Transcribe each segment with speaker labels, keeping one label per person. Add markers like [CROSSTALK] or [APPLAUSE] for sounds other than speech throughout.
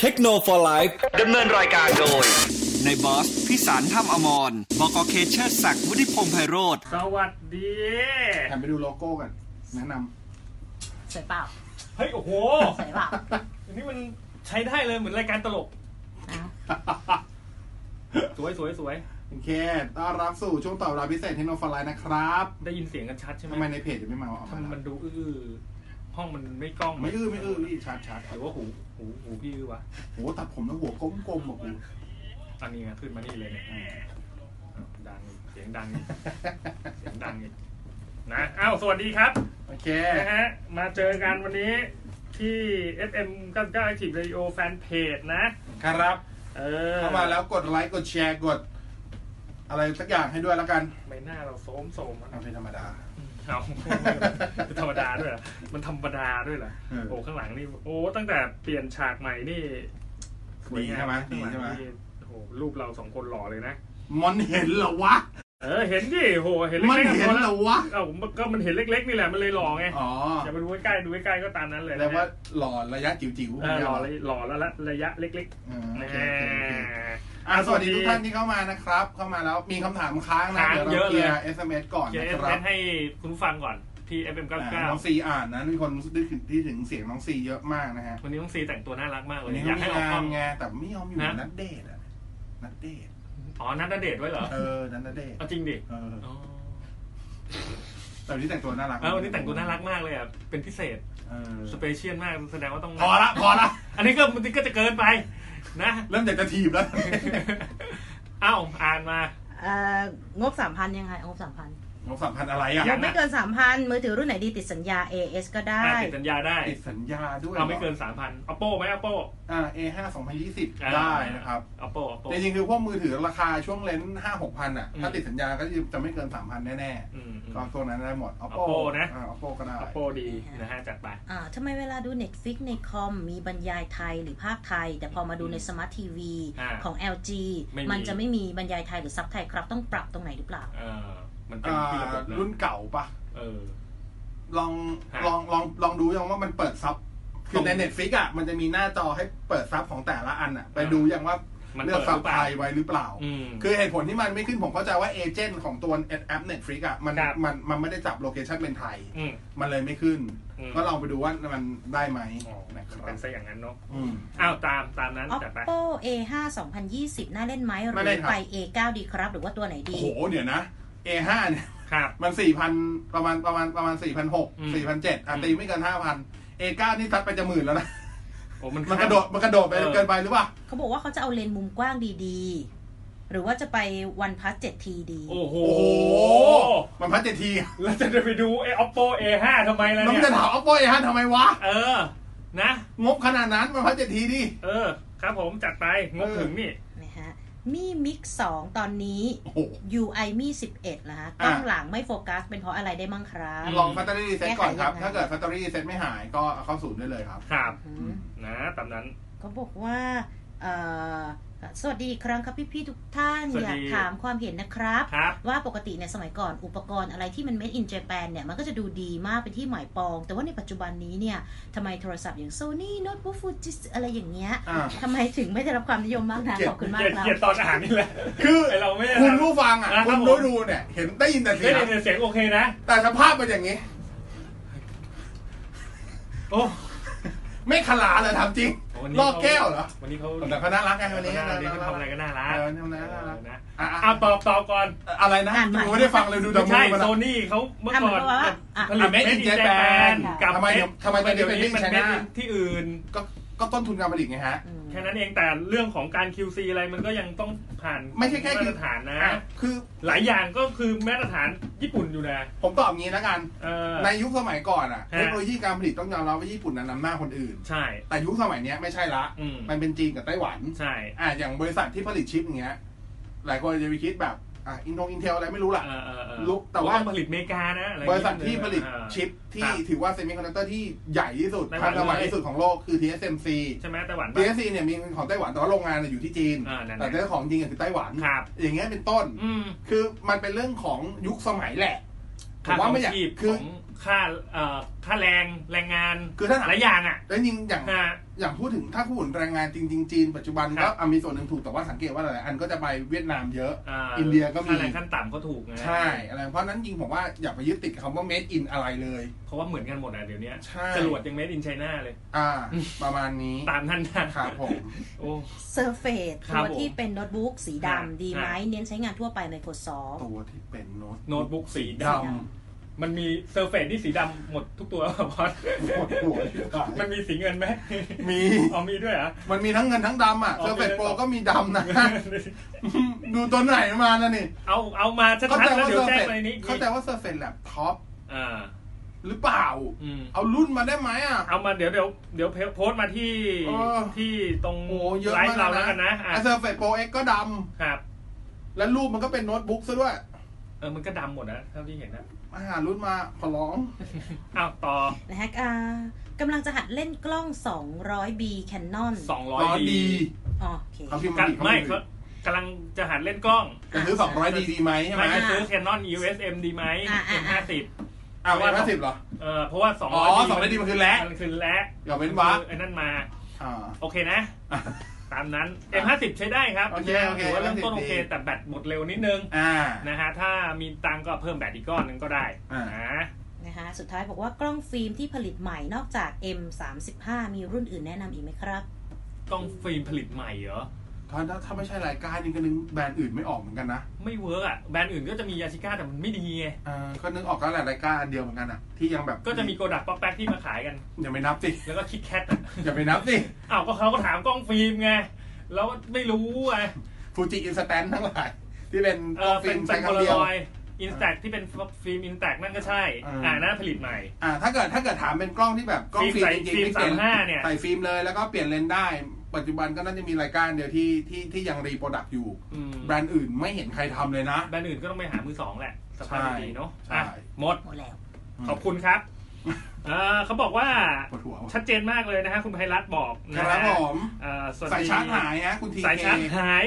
Speaker 1: เทคโนโลยีไลฟ์
Speaker 2: ดำเนินรายการโดย
Speaker 1: ในบอสพิสารถ้ำอมรบกเคเชอร์ศักดิ์วุฒิพงษ์ไพโรธ
Speaker 3: สวัสดี
Speaker 4: หันไปดูโลโก้กันแนะน
Speaker 5: สวยเปล่า
Speaker 3: เฮ้ย โอ้โห
Speaker 5: สวยเปล่า
Speaker 3: อันนี้มันใช้ได้เลยเหมือนรายการตลก
Speaker 5: นะ
Speaker 4: ำ
Speaker 3: สวยสวยสวย
Speaker 4: โอเคต้อนรับสู่ช่วงตอบรับพิเศษเทคโนโลยีนะครับ
Speaker 3: ได้ยินเสียงกันชัดใช่ไหม
Speaker 4: ทำไมในเพจยังไม่มาเอา
Speaker 3: มั
Speaker 4: มาน ละ
Speaker 3: มันดูอื้อๆห้องมันไม่กล้อง
Speaker 4: ไม่อื้อไม่อื้อพี่ชัดชัด
Speaker 3: หรือว่าหูหูหูพี่อื้อวะ
Speaker 4: โหตัดผมแล้วหัวกลมๆอ่ะกู
Speaker 3: อันนี้ไงขึ้นมานี่เลยเนี่ย
Speaker 4: อ่า
Speaker 3: ดังอีกเสียงดังอีกเสียงดังอีกนะอ้าวสวัสดีครับ
Speaker 4: โอเค
Speaker 3: นะฮะมาเจอกันวันนี้ที่ FM 99 Active Radio Fan Page นะครับ เออ
Speaker 4: เข้ามาแล้วกดไลค์กดแชร์กด อะไรสักอย่างให้ด้วยแล้วกัน
Speaker 3: ใบหน้าเราโสมโสมๆอะ
Speaker 4: เอาเป็นธรรมดา
Speaker 3: เอา [LAUGHS] ธรรมดาด้วยเหรอมันธรรมดาด้วยเหรอ
Speaker 4: เออ
Speaker 3: โอ้ข้างหลังนี่ โอ้ ตั้งแต่เปลี่ยนฉากใหม่นี่สวยงา
Speaker 4: ดีใช่ไหม
Speaker 3: ข้างลัง
Speaker 4: ดีใช่ไหม
Speaker 3: นี่โอ้โหรูปเราสองคนหล่อเลยนะ
Speaker 4: มันเห็นเหรอวะ
Speaker 3: เออ เห็นดิโอ้โหเห็น
Speaker 4: มัน
Speaker 3: เล็กๆ
Speaker 4: เห็น
Speaker 3: ก็
Speaker 4: เหร
Speaker 3: แล้
Speaker 4: อ
Speaker 3: ว
Speaker 4: วะ
Speaker 3: เอ้าผมก็มันเห็นเล็ก ๆ นี่แหละ มันเลยหล่อไง
Speaker 4: อ๋อ
Speaker 3: อย่าไปดูใกล้ๆดูใกล้ๆก็ตามนั้นเลย
Speaker 4: แปลว่าหล่อระยะจิ๋วๆ
Speaker 3: เออหล่อเลยหล่อแล้วละระยะเล็กๆแน่
Speaker 4: อ่าโอเคโอเคโอเค อ่ะสวัสดีทุกท่านที่เข้ามานะครับ เข้ามาแล้วมีคำถามค้างนะ
Speaker 3: ค้าง
Speaker 4: เดี๋ยว
Speaker 3: เยอะ
Speaker 4: เราเค
Speaker 3: เล
Speaker 4: ลี
Speaker 3: ย
Speaker 4: ยร์ SMS ก่อน
Speaker 3: เดี๋ยวเอ
Speaker 4: นะค
Speaker 3: ส
Speaker 4: รั
Speaker 3: เอบ สให้คุณผู้ฟังก่อนที่ FM
Speaker 4: อ่ะน้อง
Speaker 3: 99
Speaker 4: ซีอ่านนะมีคนได้ถึงที่ถึงเสียงน้องซีเยอะมากนะฮะ
Speaker 3: วันนี้ต้องซีแต่งตัวน่ารักมากเล
Speaker 4: วัน
Speaker 3: ย
Speaker 4: นี้
Speaker 3: อยาก
Speaker 4: เขามี
Speaker 3: ให้ออกกล้อ
Speaker 4: งา
Speaker 3: น ง
Speaker 4: ไงแต่ไม่ยอมอยู่
Speaker 3: นะ
Speaker 4: นัดเดทอะนัดเดท
Speaker 3: อ๋อนัดณเดทไว้เหรอ
Speaker 4: เออนัดเดท
Speaker 3: เอาจริงดิ
Speaker 4: เออ
Speaker 3: อ๋อ
Speaker 4: แต่วันนี้แต่งตัวน่ารัก
Speaker 3: เออวันนี้แต่งตัวน่ารักมากเลยอ่ะ เป็นพิเศษ
Speaker 4: เออ
Speaker 3: สเปเชียลมาก แสดงว่าต้อง
Speaker 4: พอละพอละ
Speaker 3: อันนี้ก็มันก็จะเกินไป นะ [LAUGHS]
Speaker 4: เริ่มจากจะทีบแล้ว [LAUGHS]
Speaker 3: เอ้า อ่านมา
Speaker 5: เอ่องบสามพันยังไงงบสามพัน
Speaker 4: น้องสัมพันธ์อะไรอ่ะ
Speaker 3: ยัง
Speaker 5: ไม่เกินสามพันมือถือรุ่นไหนดีติดสัญญา AS ก็ได้
Speaker 3: อ่านติดสัญญาได้
Speaker 4: ติดสัญญาด้วย
Speaker 3: เอาไม่เกินสามพันอัปโปไหมอัปโป
Speaker 4: อ่า A5 2020 ได้นะครับ
Speaker 3: อัปโปอัปโป
Speaker 4: แต่จริงๆคือพวกมือถือราคาช่วงเลนห้าหกพันอ่ะ
Speaker 3: อืม
Speaker 4: ถ้าติดสัญญาก็จะไม่เกินสามพันแน่
Speaker 3: อืม
Speaker 4: ๆ ก็ตัวนั้นได้หมด oppo
Speaker 3: Oppo นะ
Speaker 4: อ่า oppo ก็ได้
Speaker 3: อัปโปดีนะฮะ จัดไป
Speaker 5: อ่าทำไมเวลาดู Netflix ในคอมมีบรรยายไทยหรือภาคไทย แต่พอมาดูในสมาร์ททีวี
Speaker 3: อ่า
Speaker 5: ของ LG
Speaker 3: ไม่มี
Speaker 5: มันจะไม่มีบรรยายไทยหรือซับไทยครับต้องปรับตรงไหนหรือเปล่า
Speaker 3: เออมันเป็น
Speaker 4: อ่า
Speaker 3: ที่ระบบ
Speaker 4: รุ่
Speaker 3: นะ
Speaker 4: นเก่าปะ
Speaker 3: เออ
Speaker 4: ลอง
Speaker 3: ฮะ
Speaker 4: ลองลองลองดูยังว่ามันเปิดซับ คื
Speaker 3: ตร
Speaker 4: อง ใน Netflix อ่ะ มันจะมีหน้าจอให้เปิดซับของแต่ละอันอ่ะ ไปดูยังว่า
Speaker 3: มัน
Speaker 4: เลือก
Speaker 3: เปิด
Speaker 4: ซับ
Speaker 3: หรือเปล่า
Speaker 4: ไทยไว้หรือเปล่า
Speaker 3: อืม
Speaker 4: คือเหตุผลที่มันไม่ขึ้นผมเข้าใจว่าเอเจนต์ของตัวแอป Netflix อ่ะมัน
Speaker 3: ครับ
Speaker 4: มันมันไม่ได้จับโลเคชันเป็นไทย
Speaker 3: อืม
Speaker 4: มันเลยไม่ขึ้น
Speaker 3: อืม
Speaker 4: ก็ลองไปดูว่ามันได้ไหม
Speaker 3: อ๋อ
Speaker 4: นะครั
Speaker 3: เป็น
Speaker 4: บ
Speaker 3: ซะอย่างนั้นเนาะ
Speaker 4: อืม
Speaker 3: อ้าวตามตามนั้นจัดไป
Speaker 5: Oppo A5 2020 น่าเล่นไหมหรื
Speaker 4: ไม่เล่
Speaker 5: อน
Speaker 4: ครับ
Speaker 5: ไป A9 ดีครับ หรือว่าตัวไหนดี
Speaker 4: โอ้โหเดี๋ยวนะ A5 เนี่ย
Speaker 3: ครับ
Speaker 4: มันสี่พันประมาณประมาณประมาณสี่พันหก
Speaker 3: อืม
Speaker 4: สี่พันเจ็ดอ่ะตีไม่เกินห้าพัน A9 นี่ซัดไปจะหมื่นแล้วนะ
Speaker 3: โอ้มัน
Speaker 4: มัน
Speaker 3: ข้า
Speaker 4: กระโดดมันกระโดดไป
Speaker 3: เออ
Speaker 4: เกินไปหรือเปล่า
Speaker 5: เขาบอกว่าเขาจะเอาเลนส์มุมกว้างดีๆ หรือว่าจะไป OnePlus 7T ดี
Speaker 3: โอ้โห
Speaker 4: โอ้โห มันพัดเจดที
Speaker 3: แล้วจะไปดูไอ้ oppo a5 ทำไมล่ะ
Speaker 4: น้อง
Speaker 3: เนี่ย
Speaker 4: จะถาม oppo A5 ทำไมวะ
Speaker 3: เออ นะ
Speaker 4: งบขนาดนั้นมันพัดเจดทีดิ
Speaker 3: เออ ครับผมจัดไปงบถึงนี่
Speaker 5: นะฮะมีมิก2ตอนนี้
Speaker 4: โอ้โห
Speaker 5: UI มี 11นะฮะ
Speaker 4: อ่ะ
Speaker 5: กล้องหลังไม่โฟกัสเป็นเพราะอะไรได้มั่งครับ
Speaker 3: ม
Speaker 4: ลองแบตเตอรี่รีเซ็ตก่อนครับ
Speaker 5: แก้ไขยังไง
Speaker 4: ถ้าเกิดแบตเตอรี่รีเซ็ตไม่หายก็เอาเข้าศูนย์ได้เลยครับ
Speaker 3: ครับ
Speaker 5: อื
Speaker 4: อืม
Speaker 5: ม
Speaker 3: นะตามนั้น
Speaker 5: ก็บอกว่าเอ่อสวัสดีอีกครั้งครับพี่ ๆ ทุกท่าน
Speaker 3: สวัสดี
Speaker 5: อยากถามความเห็นนะครับ
Speaker 3: ครับ
Speaker 5: ว่าปกติเนี่ยสมัยก่อนอุปกรณ์อะไรที่มัน made in Japan เนี่ย มันก็จะดูดีมากเป็นที่หมายปอง แต่ว่าในปัจจุบันนี้เนี่ยทำไมโทรศัพท์อย่าง Sony Notebook Fuji อะไรอย่างเงี้ย
Speaker 4: อ่า
Speaker 5: ทำไมถึงไม่ได้รับความนิยมมากนะ
Speaker 4: เกลียด
Speaker 5: ขอบคุณมา
Speaker 3: เกลี
Speaker 5: ก
Speaker 3: ยด
Speaker 5: ครับ
Speaker 3: เกลียดตอนอ่านนี่แหละ
Speaker 4: [LAUGHS] คือ
Speaker 3: ไอเราไม่ได้
Speaker 4: คุณ
Speaker 3: ทำ
Speaker 4: ผู้ฟังอ่ะ
Speaker 3: อ่ะค
Speaker 4: คุ
Speaker 3: รับ
Speaker 4: ณ
Speaker 3: ผม
Speaker 4: ดูดูเนี่ย เห็นได้ยินแต่เสี
Speaker 3: ได้
Speaker 4: ยง
Speaker 3: ยินเสียงโอเคนะ
Speaker 4: แต่สภาพเป็นอย่างนี้
Speaker 3: โอ้
Speaker 4: ไม่ขลาเลยทำจริง
Speaker 3: วันนี้
Speaker 4: ลอกแก้วเหรอ
Speaker 3: วันนี้เขา
Speaker 4: แต่เขาน่ารักไงวันนี้
Speaker 3: เขาารักวันนี้เขาทำอะไรก็น่ารัก
Speaker 4: เออทำอะไรก็น่ารัก
Speaker 3: เออนะ
Speaker 4: อ่ะอ่ะ
Speaker 3: อ่ะตอบตอบก่อน
Speaker 4: อะไรนะ
Speaker 5: อ่านใหม่
Speaker 4: กูไม่ได้ฟังเลยดูแต่
Speaker 3: ไม่
Speaker 4: มื
Speaker 3: ใช่
Speaker 4: อมัน
Speaker 3: โซ
Speaker 4: อะ
Speaker 3: นี่เขาเมื่อก่อน
Speaker 5: อ่ะเหมือนกับว่าอ่ะ
Speaker 3: ผลิต
Speaker 4: Made in
Speaker 3: Made in Japan
Speaker 4: Japan
Speaker 3: กับ
Speaker 4: ทำไมเดี๋ยวทำไมเดี๋ยว
Speaker 3: เดี๋ยวนี้มัน
Speaker 4: Made in
Speaker 3: Made
Speaker 4: China
Speaker 3: in ที่อื่น
Speaker 4: ก็ก็ต้นทุนการผลิตไงฮะ
Speaker 5: อืม
Speaker 3: แค่นั้นเองแต่เรื่องของการ QC อะไรมันก็ยังต้องผ่าน
Speaker 4: ไม่ใช่แค่
Speaker 3: มาตรฐานนะ
Speaker 4: อ่ะคือ
Speaker 3: หลายอย่างก็คือมาตรฐานญี่ปุ่นอยู่นะ
Speaker 4: ผมตอบงี้แล้วกัน
Speaker 3: เออ
Speaker 4: ในยุคสมัยก่อนอะ
Speaker 3: ฮะ
Speaker 4: เทคโนโลยีการผลิตต้องยอมรับว่าญี่ปุ่นนั้นนำหน้าคนอื่น
Speaker 3: ใช่
Speaker 4: แต่ยุคสมัยเนี้ยไม่ใช่ละ
Speaker 3: อืม
Speaker 4: มันเป็นจีนกับไต้หวัน
Speaker 3: ใช่
Speaker 4: อ่ะอย่างบริษัทที่ผลิตชิปอย่างเงี้ย หลายคนจะไปคิดแบบอ่ะอินโนอินเทลอะไรไม่รู้ล่ะ
Speaker 3: เออเออเออ
Speaker 4: ลุกแต่ว่า
Speaker 3: ผลิตอเมริกานะอะไรอบ ย่าง
Speaker 4: ริ
Speaker 3: เงี้ย
Speaker 4: ษัทที่ผลิต
Speaker 3: เออ
Speaker 4: ชิป
Speaker 3: ค
Speaker 4: ที่
Speaker 3: รับ
Speaker 4: ถือว่าเซมิคอนดักเตอร์ที่ใหญ่ที่สุด
Speaker 3: ไต้หวั
Speaker 4: ทั
Speaker 3: น
Speaker 4: นสมัย
Speaker 3: เลย
Speaker 4: ที่สุดของโลกคือ TSMC
Speaker 3: ใช่ไหมไต้หวันปะ
Speaker 4: TSMC เนี่ยมีของไต้หวันแต่ว่าโรงงานเนี่ยอยู่ที่จีน
Speaker 3: อ่านั่นแห
Speaker 4: แต่
Speaker 3: ละ
Speaker 4: เจ้าของจริงอะคือไต้หวัน
Speaker 3: ครับ
Speaker 4: อย่างเงี้ยเป็นต้น
Speaker 3: อืม
Speaker 4: คือมันเป็นเรื่องของยุคสมัยแหละ ผม
Speaker 3: ค่าข
Speaker 4: ว่า
Speaker 3: อง
Speaker 4: ไม่อยาก
Speaker 3: ชีพข
Speaker 4: คือ
Speaker 3: อง ค่าเอ่อค่าแรงแรงงาน
Speaker 4: คือถ้าถาม
Speaker 3: หลายอย่างอ่ะ
Speaker 4: แล้วจริงอย่าง
Speaker 3: นะฮะ
Speaker 4: อย่างพูดถึงถ้าพูดถึงแรงงานจริง ๆ จีนปัจจุบัน
Speaker 3: ครั
Speaker 4: ก็
Speaker 3: บ
Speaker 4: อ่ะมีส่วนหนึ่งถูกแต่ว่าสังเกตว่าหลายๆอันก็จะไปเวียดนามเยอะ
Speaker 3: อา
Speaker 4: อินเดียก็มี
Speaker 3: ค่าแรงขั้นต่ำก็ถูกนะ
Speaker 4: ใช่อะไรเพราะฉะนั้นจริงผมว่าอย่าไปยึดติดกับคำว่า made in อะไรเลย
Speaker 3: เพราะว่าเหมือนกันหมดอ่ะเดี๋ยวนี้
Speaker 4: ใช่
Speaker 3: จรวดยัง made in China เลย
Speaker 4: อ่า ประมาณนี้
Speaker 3: ตามท่านนะครับ
Speaker 4: ผม
Speaker 3: โอ้
Speaker 5: เซอร์เฟส
Speaker 3: ครั
Speaker 5: ตั
Speaker 3: บ
Speaker 5: ว
Speaker 3: ผม
Speaker 5: ที่เป็นโน้ตบุ๊กสี
Speaker 3: อ่า
Speaker 5: ดำดีไหม
Speaker 3: อ่า
Speaker 5: เน้นใช้งานทั่วไป Microsoft
Speaker 4: ตัวที่เป็นโน้ต
Speaker 3: โน้ตบุ๊กสี
Speaker 4: ด
Speaker 3: ดำมันมีเซอร์เฟซที่สีดำหมดทุกตัวครับบอส [LAUGHS]
Speaker 4: ำปวดหัวที่ตาย
Speaker 3: มันมีสีเงินไหม
Speaker 4: มี
Speaker 3: เอามีด้วยเหรอ
Speaker 4: มันมีทั้งเงินทั้งดำอ่ะ
Speaker 3: อ๋อ
Speaker 4: เซอร์เฟต
Speaker 3: มีเลย
Speaker 4: โปร
Speaker 3: เหรอ
Speaker 4: ก็มีดำนะ [LAUGHS] ดูตัวไหนมานะนี่
Speaker 3: เอาเอามาชั
Speaker 4: เข้า
Speaker 3: ด
Speaker 4: ใจ
Speaker 3: ๆแล้ว
Speaker 4: ว่า
Speaker 3: เดี๋ยว
Speaker 4: เซอร์
Speaker 3: แจ้
Speaker 4: เฟ
Speaker 3: ง
Speaker 4: ต
Speaker 3: ไปในนี้
Speaker 4: เข้าใจว่าเซอร์เฟตแล็ปท็อป
Speaker 3: อ่า
Speaker 4: หรือเปล่า
Speaker 3: อืม
Speaker 4: เอารุ่นมาได้ไหมอ่ะ
Speaker 3: เอามาเดี๋ยวเดี๋ยวเดี๋ยวโพสต์มาที่
Speaker 4: เออ
Speaker 3: ที่ตรง
Speaker 4: โอ้เยอะ
Speaker 3: ไล
Speaker 4: มาก
Speaker 3: ฟ์เราแล้วกันนะอ่ะ
Speaker 4: ไอเซอร์เฟตโปรเอ็กก็ด
Speaker 3: ครับ
Speaker 4: ำและรูปมันก็เป็นโน้ตบุ๊กซะด้วย
Speaker 3: เออมันก็ดำหมดนะเท่าที่เห็นนะ
Speaker 4: มาหารุ่นมาขอร้อง
Speaker 3: อ้าวต่อ
Speaker 5: นะฮะอ่ากำลังจะหัดเล่นกล้อง 200B Canon
Speaker 3: 200ดี
Speaker 5: อ๋อโอเค
Speaker 4: เขาพิมพ์
Speaker 3: กั
Speaker 4: มาน ดิเขา
Speaker 3: ไม่
Speaker 4: พิมพ์
Speaker 3: เขา
Speaker 4: มาก
Speaker 3: ำลังจะหันเล่นกล้อง
Speaker 4: ดิจะซื้อสองร้อยดีดีไหมใช่ไหม
Speaker 3: ไม่จะซื้อ Canon EOS M ดีไหม
Speaker 5: อ่าอ่า
Speaker 3: M ห้าสิบ
Speaker 4: อ้าวเอ็มห้าสิบเหรอ
Speaker 3: เออเพราะว่าสอง
Speaker 4: อ๋อ200ดีมันคือแลก
Speaker 3: มันคือแล้
Speaker 4: อย่าเว้นวรรค
Speaker 3: ไอ้นั่นมา
Speaker 4: อ่า
Speaker 3: โอเค
Speaker 4: [LAUGHS]
Speaker 3: นะ ตามนั้น M50 ใช้ได้ครับ
Speaker 4: โอเคโอเค
Speaker 3: ถืว่าเริ่มต้น
Speaker 4: 50
Speaker 3: โอเค
Speaker 4: ดี
Speaker 3: แต่แบตหมดเร็วนิดนึง
Speaker 4: อ่า
Speaker 3: นะฮะ ถ้ามีตังก็เพิ่มแบตอีกก้อนหนึงก็ได้
Speaker 4: อ่า
Speaker 3: อ่า
Speaker 5: นะคะสุดท้ายบอกว่ากล้องฟิล์มที่ผลิตใหม่นอกจาก M35 มีรุ่นอื่นแนะนำอีกไหมครับ
Speaker 3: กล้องฟิล์มผลิตใหม่เหรอ
Speaker 4: ถ้าถ้าถ้าไม่ใช่รายการนี่ก็นึกแบรนด์อื่นไม่ออกเหมือนกันนะ
Speaker 3: ไม่เวิร์กอ่ะ แบรนด์อื่นก็จะมียาชิก้าแต่มันไม่ดีไง
Speaker 4: อ่าก็นึกออกก็หลายรายการอันเดียวเหมือนกันอ่ะที่ยังแบบ
Speaker 3: ก็จะมีโกดักป๊อกแป๊กที่มาขายกัน
Speaker 4: อย่าไปนับสิ [LAUGHS]
Speaker 3: แล้วก็คิดแคทอ่ะ [LAUGHS]
Speaker 4: อย่าไปนับสิ
Speaker 3: อ้าวก็เขาก็ถามกล้องฟิล์มไง แล้วไม่รู้ไง
Speaker 4: ฟูจิอินสแตนทั้งหลายที่เป็น
Speaker 3: เอก
Speaker 4: ล้อ
Speaker 3: อง
Speaker 4: ฟิ
Speaker 3: เป็
Speaker 4: ล์
Speaker 3: น
Speaker 4: ม
Speaker 3: เป็
Speaker 4: ใช้
Speaker 3: นโพ
Speaker 4: คำ
Speaker 3: ลา
Speaker 4: เดียว
Speaker 3: รอยอินสแตกที่เป็นฟิล์มอินสแตกนั่นก็ใช่
Speaker 4: อ่า
Speaker 3: อ่านั่นผลิตใหม่
Speaker 4: อ่าถ้าเกิดถ้าเกิดถามเป็นกล้องที่แบบกล้อง
Speaker 3: ฟิ
Speaker 4: ฟิ
Speaker 3: ล์
Speaker 4: ล์
Speaker 3: ม
Speaker 4: มจริง
Speaker 3: ใส่
Speaker 4: ๆไม่เปลี่ยน
Speaker 3: ฟิล์มสามห้าเนี่ย
Speaker 4: ใส่ฟิล์มเลยแล้วก็เปลี่ยนเลนส์ได้ ปัจจุบันก็น่าจะมีรายการเดียวที่ที่ที่ยังรีโปรดักต์อยู่
Speaker 3: อืม
Speaker 4: แบรนด์อื่นไม่เห็นใครทำเลยนะ
Speaker 3: แบรนด์อื่นก็ต้องไปหามือสองแหละสภาพดีๆเนาะ
Speaker 4: ใช่
Speaker 3: อ่ะ
Speaker 4: ใช่
Speaker 3: หมด
Speaker 5: หมดแล้ว
Speaker 3: ขอบคุณ
Speaker 4: [LAUGHS]
Speaker 3: ครับเอ่อเขาบอกว่า
Speaker 4: ปวดหัวว่ะ
Speaker 3: ชัดเจนมากเลยนะฮะคุณไพรัตน์บอกนะ
Speaker 4: ครั
Speaker 3: ฮะ
Speaker 4: บผม
Speaker 3: เอ่อสวัสดี
Speaker 4: สายชาร์จหายฮะคุณที
Speaker 3: สาย
Speaker 4: เค
Speaker 3: ชาร์จหาย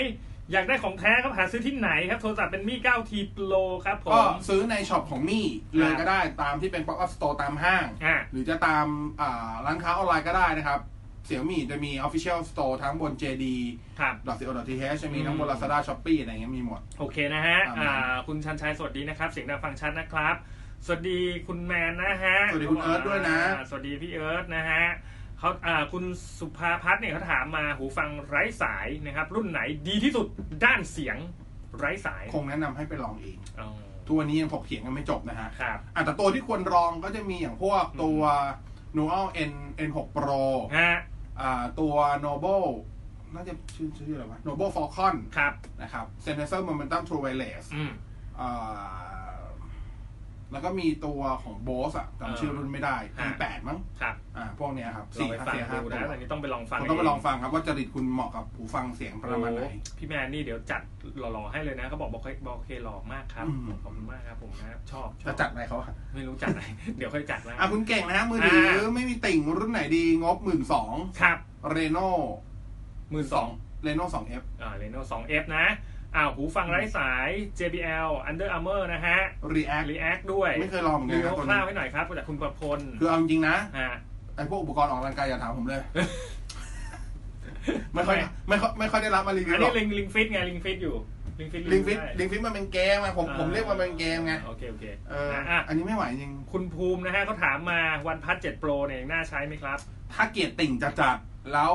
Speaker 3: อยากได้ของแท้ครับหาซื้อที่ไหนครับ โทรศัพท์เป็นมี่ 9T Pro ครับผ
Speaker 4: ก็
Speaker 3: ม
Speaker 4: ซื้อในช็อปของมี่เลยก็ได้ตามที่เป็น Pop Up Store ตามห้าง
Speaker 3: อ่ะ
Speaker 4: หรือจะตามอ่าร้านค้าออนไลน์ก็ได้นะครับเสี่ยมี่จะมี Official Store ทั้งบน JD
Speaker 3: ครับ
Speaker 4: .co.th จะมีทั้งบ
Speaker 3: อื
Speaker 4: น
Speaker 3: ม
Speaker 4: Lazada Shopee อะไรเงี้ยมีหมด
Speaker 3: โอเคนะฮะ
Speaker 4: ครับ
Speaker 3: อ่าคุณชันชัยสวัสดีนะครับ เสียงดังฟังชัดนะครับ สวัสดีคุณแมนนะฮะ
Speaker 4: สวัสดีคุณเอิร์ธด้วยนะ
Speaker 3: สวัสดีพี่เอิร์ธนะฮะเขาอ่าคุณสุภาพัฒน์เนี่ยเขาถามมาหูฟังไร้สายนะครับ รุ่นไหนดีที่สุดด้านเสียงไร้สาย
Speaker 4: คงแนะนำให้ไปลองเอง
Speaker 3: อ๋อ
Speaker 4: ทัวนี้ยังถกเถียงกันไม่จบนะฮะ
Speaker 3: ครับ
Speaker 4: อ่ะแต่ตัวที่ควรลองก็จะมีอย่างพวกตัว n o a l N N6 Pro
Speaker 3: ฮะ
Speaker 4: อ่าตัว Noble น่าจะชื่อชื่ออะไรวะ Noble Falcon
Speaker 3: ครับ
Speaker 4: นะครับ Sennheiser Momentum True Wireless
Speaker 3: อืม
Speaker 4: อ่าแล้วก็มีตัวของ Bose อะจำชื่อรุ่นไม่ได้
Speaker 3: อ่า
Speaker 4: P8 มั้ง
Speaker 3: ครับ
Speaker 4: อ่าพวกเนี้ยครับ
Speaker 3: ลอง
Speaker 4: สี่
Speaker 3: ไป
Speaker 4: ห้า
Speaker 3: ฟัง
Speaker 4: เสียห้า
Speaker 3: ดู
Speaker 4: ตั
Speaker 3: นะ
Speaker 4: ว
Speaker 3: อันนี้ต้องไปลองฟัง
Speaker 4: คุณต้องไป
Speaker 3: เ
Speaker 4: ลองฟังครับว่าจริตคุณเหมาะกับหูฟังเสียงประมาณไหน
Speaker 3: โอ้พี่แมนนี่เดี๋ยวจัดหล่อๆให้เลยนะเขาบอกบอกเคบอกโอเคหล่อมากครับ
Speaker 4: อืม
Speaker 3: ขอบคุณมากครับผมนะชอบชอ
Speaker 4: จะ
Speaker 3: บ
Speaker 4: จัดอะไรเขาอะ
Speaker 3: ไม่รู้จัดอะไร [LAUGHS] เดี๋ยวค่อยจัดนะ
Speaker 4: อ่ะคุณเก่งนะฮะมือถืออา ไม่มีติ่งรุ่นไหนดี งบหมื่นสอง
Speaker 3: ครับ
Speaker 4: เรโน่
Speaker 3: หมื่นสอง
Speaker 4: เรโน่สองเอฟ
Speaker 3: อ่า Reno 2F นะ อ่า หูฟังไร้สาย JBL Under Armour นะฮะ
Speaker 4: รีแอค
Speaker 3: React ด้วย
Speaker 4: ไม่เคยลองเหมือนกั
Speaker 3: รีวิว
Speaker 4: นนะตัว
Speaker 3: คร่าว
Speaker 4: นี้
Speaker 3: ให้หน่อยครับจากคุณประพล
Speaker 4: คือเอาจริงๆนะ
Speaker 3: อ่า
Speaker 4: ไอพวกอุปกรณ์ออกกำลังกายอย่าถามผมเลย ไม่ค่อย
Speaker 3: ไม่
Speaker 4: ไม่ค่อยไม่ค่อยได้รับมารีวิ
Speaker 3: อั
Speaker 4: วน หร
Speaker 3: นี้
Speaker 4: อก
Speaker 3: ลิงลิงฟิตไงลิงฟิตอยู่ลิงฟิต
Speaker 4: ลิงฟิตลิงฟิตมันเป็นเกมอะผมผมเรียกมันเป็นเกมไง
Speaker 3: โอเค โอเค
Speaker 4: เออ
Speaker 3: นะ
Speaker 4: อ่ะ
Speaker 3: อ่ะ
Speaker 4: อันนี้ไม่ไหวจริง
Speaker 3: คุณภูมินะฮะเขาถามมาวันพัท7 Pro เนี่ยยังน่าใช้ไหมครับ
Speaker 4: ถ้าเกียรติติ่งจะจัดแล้ว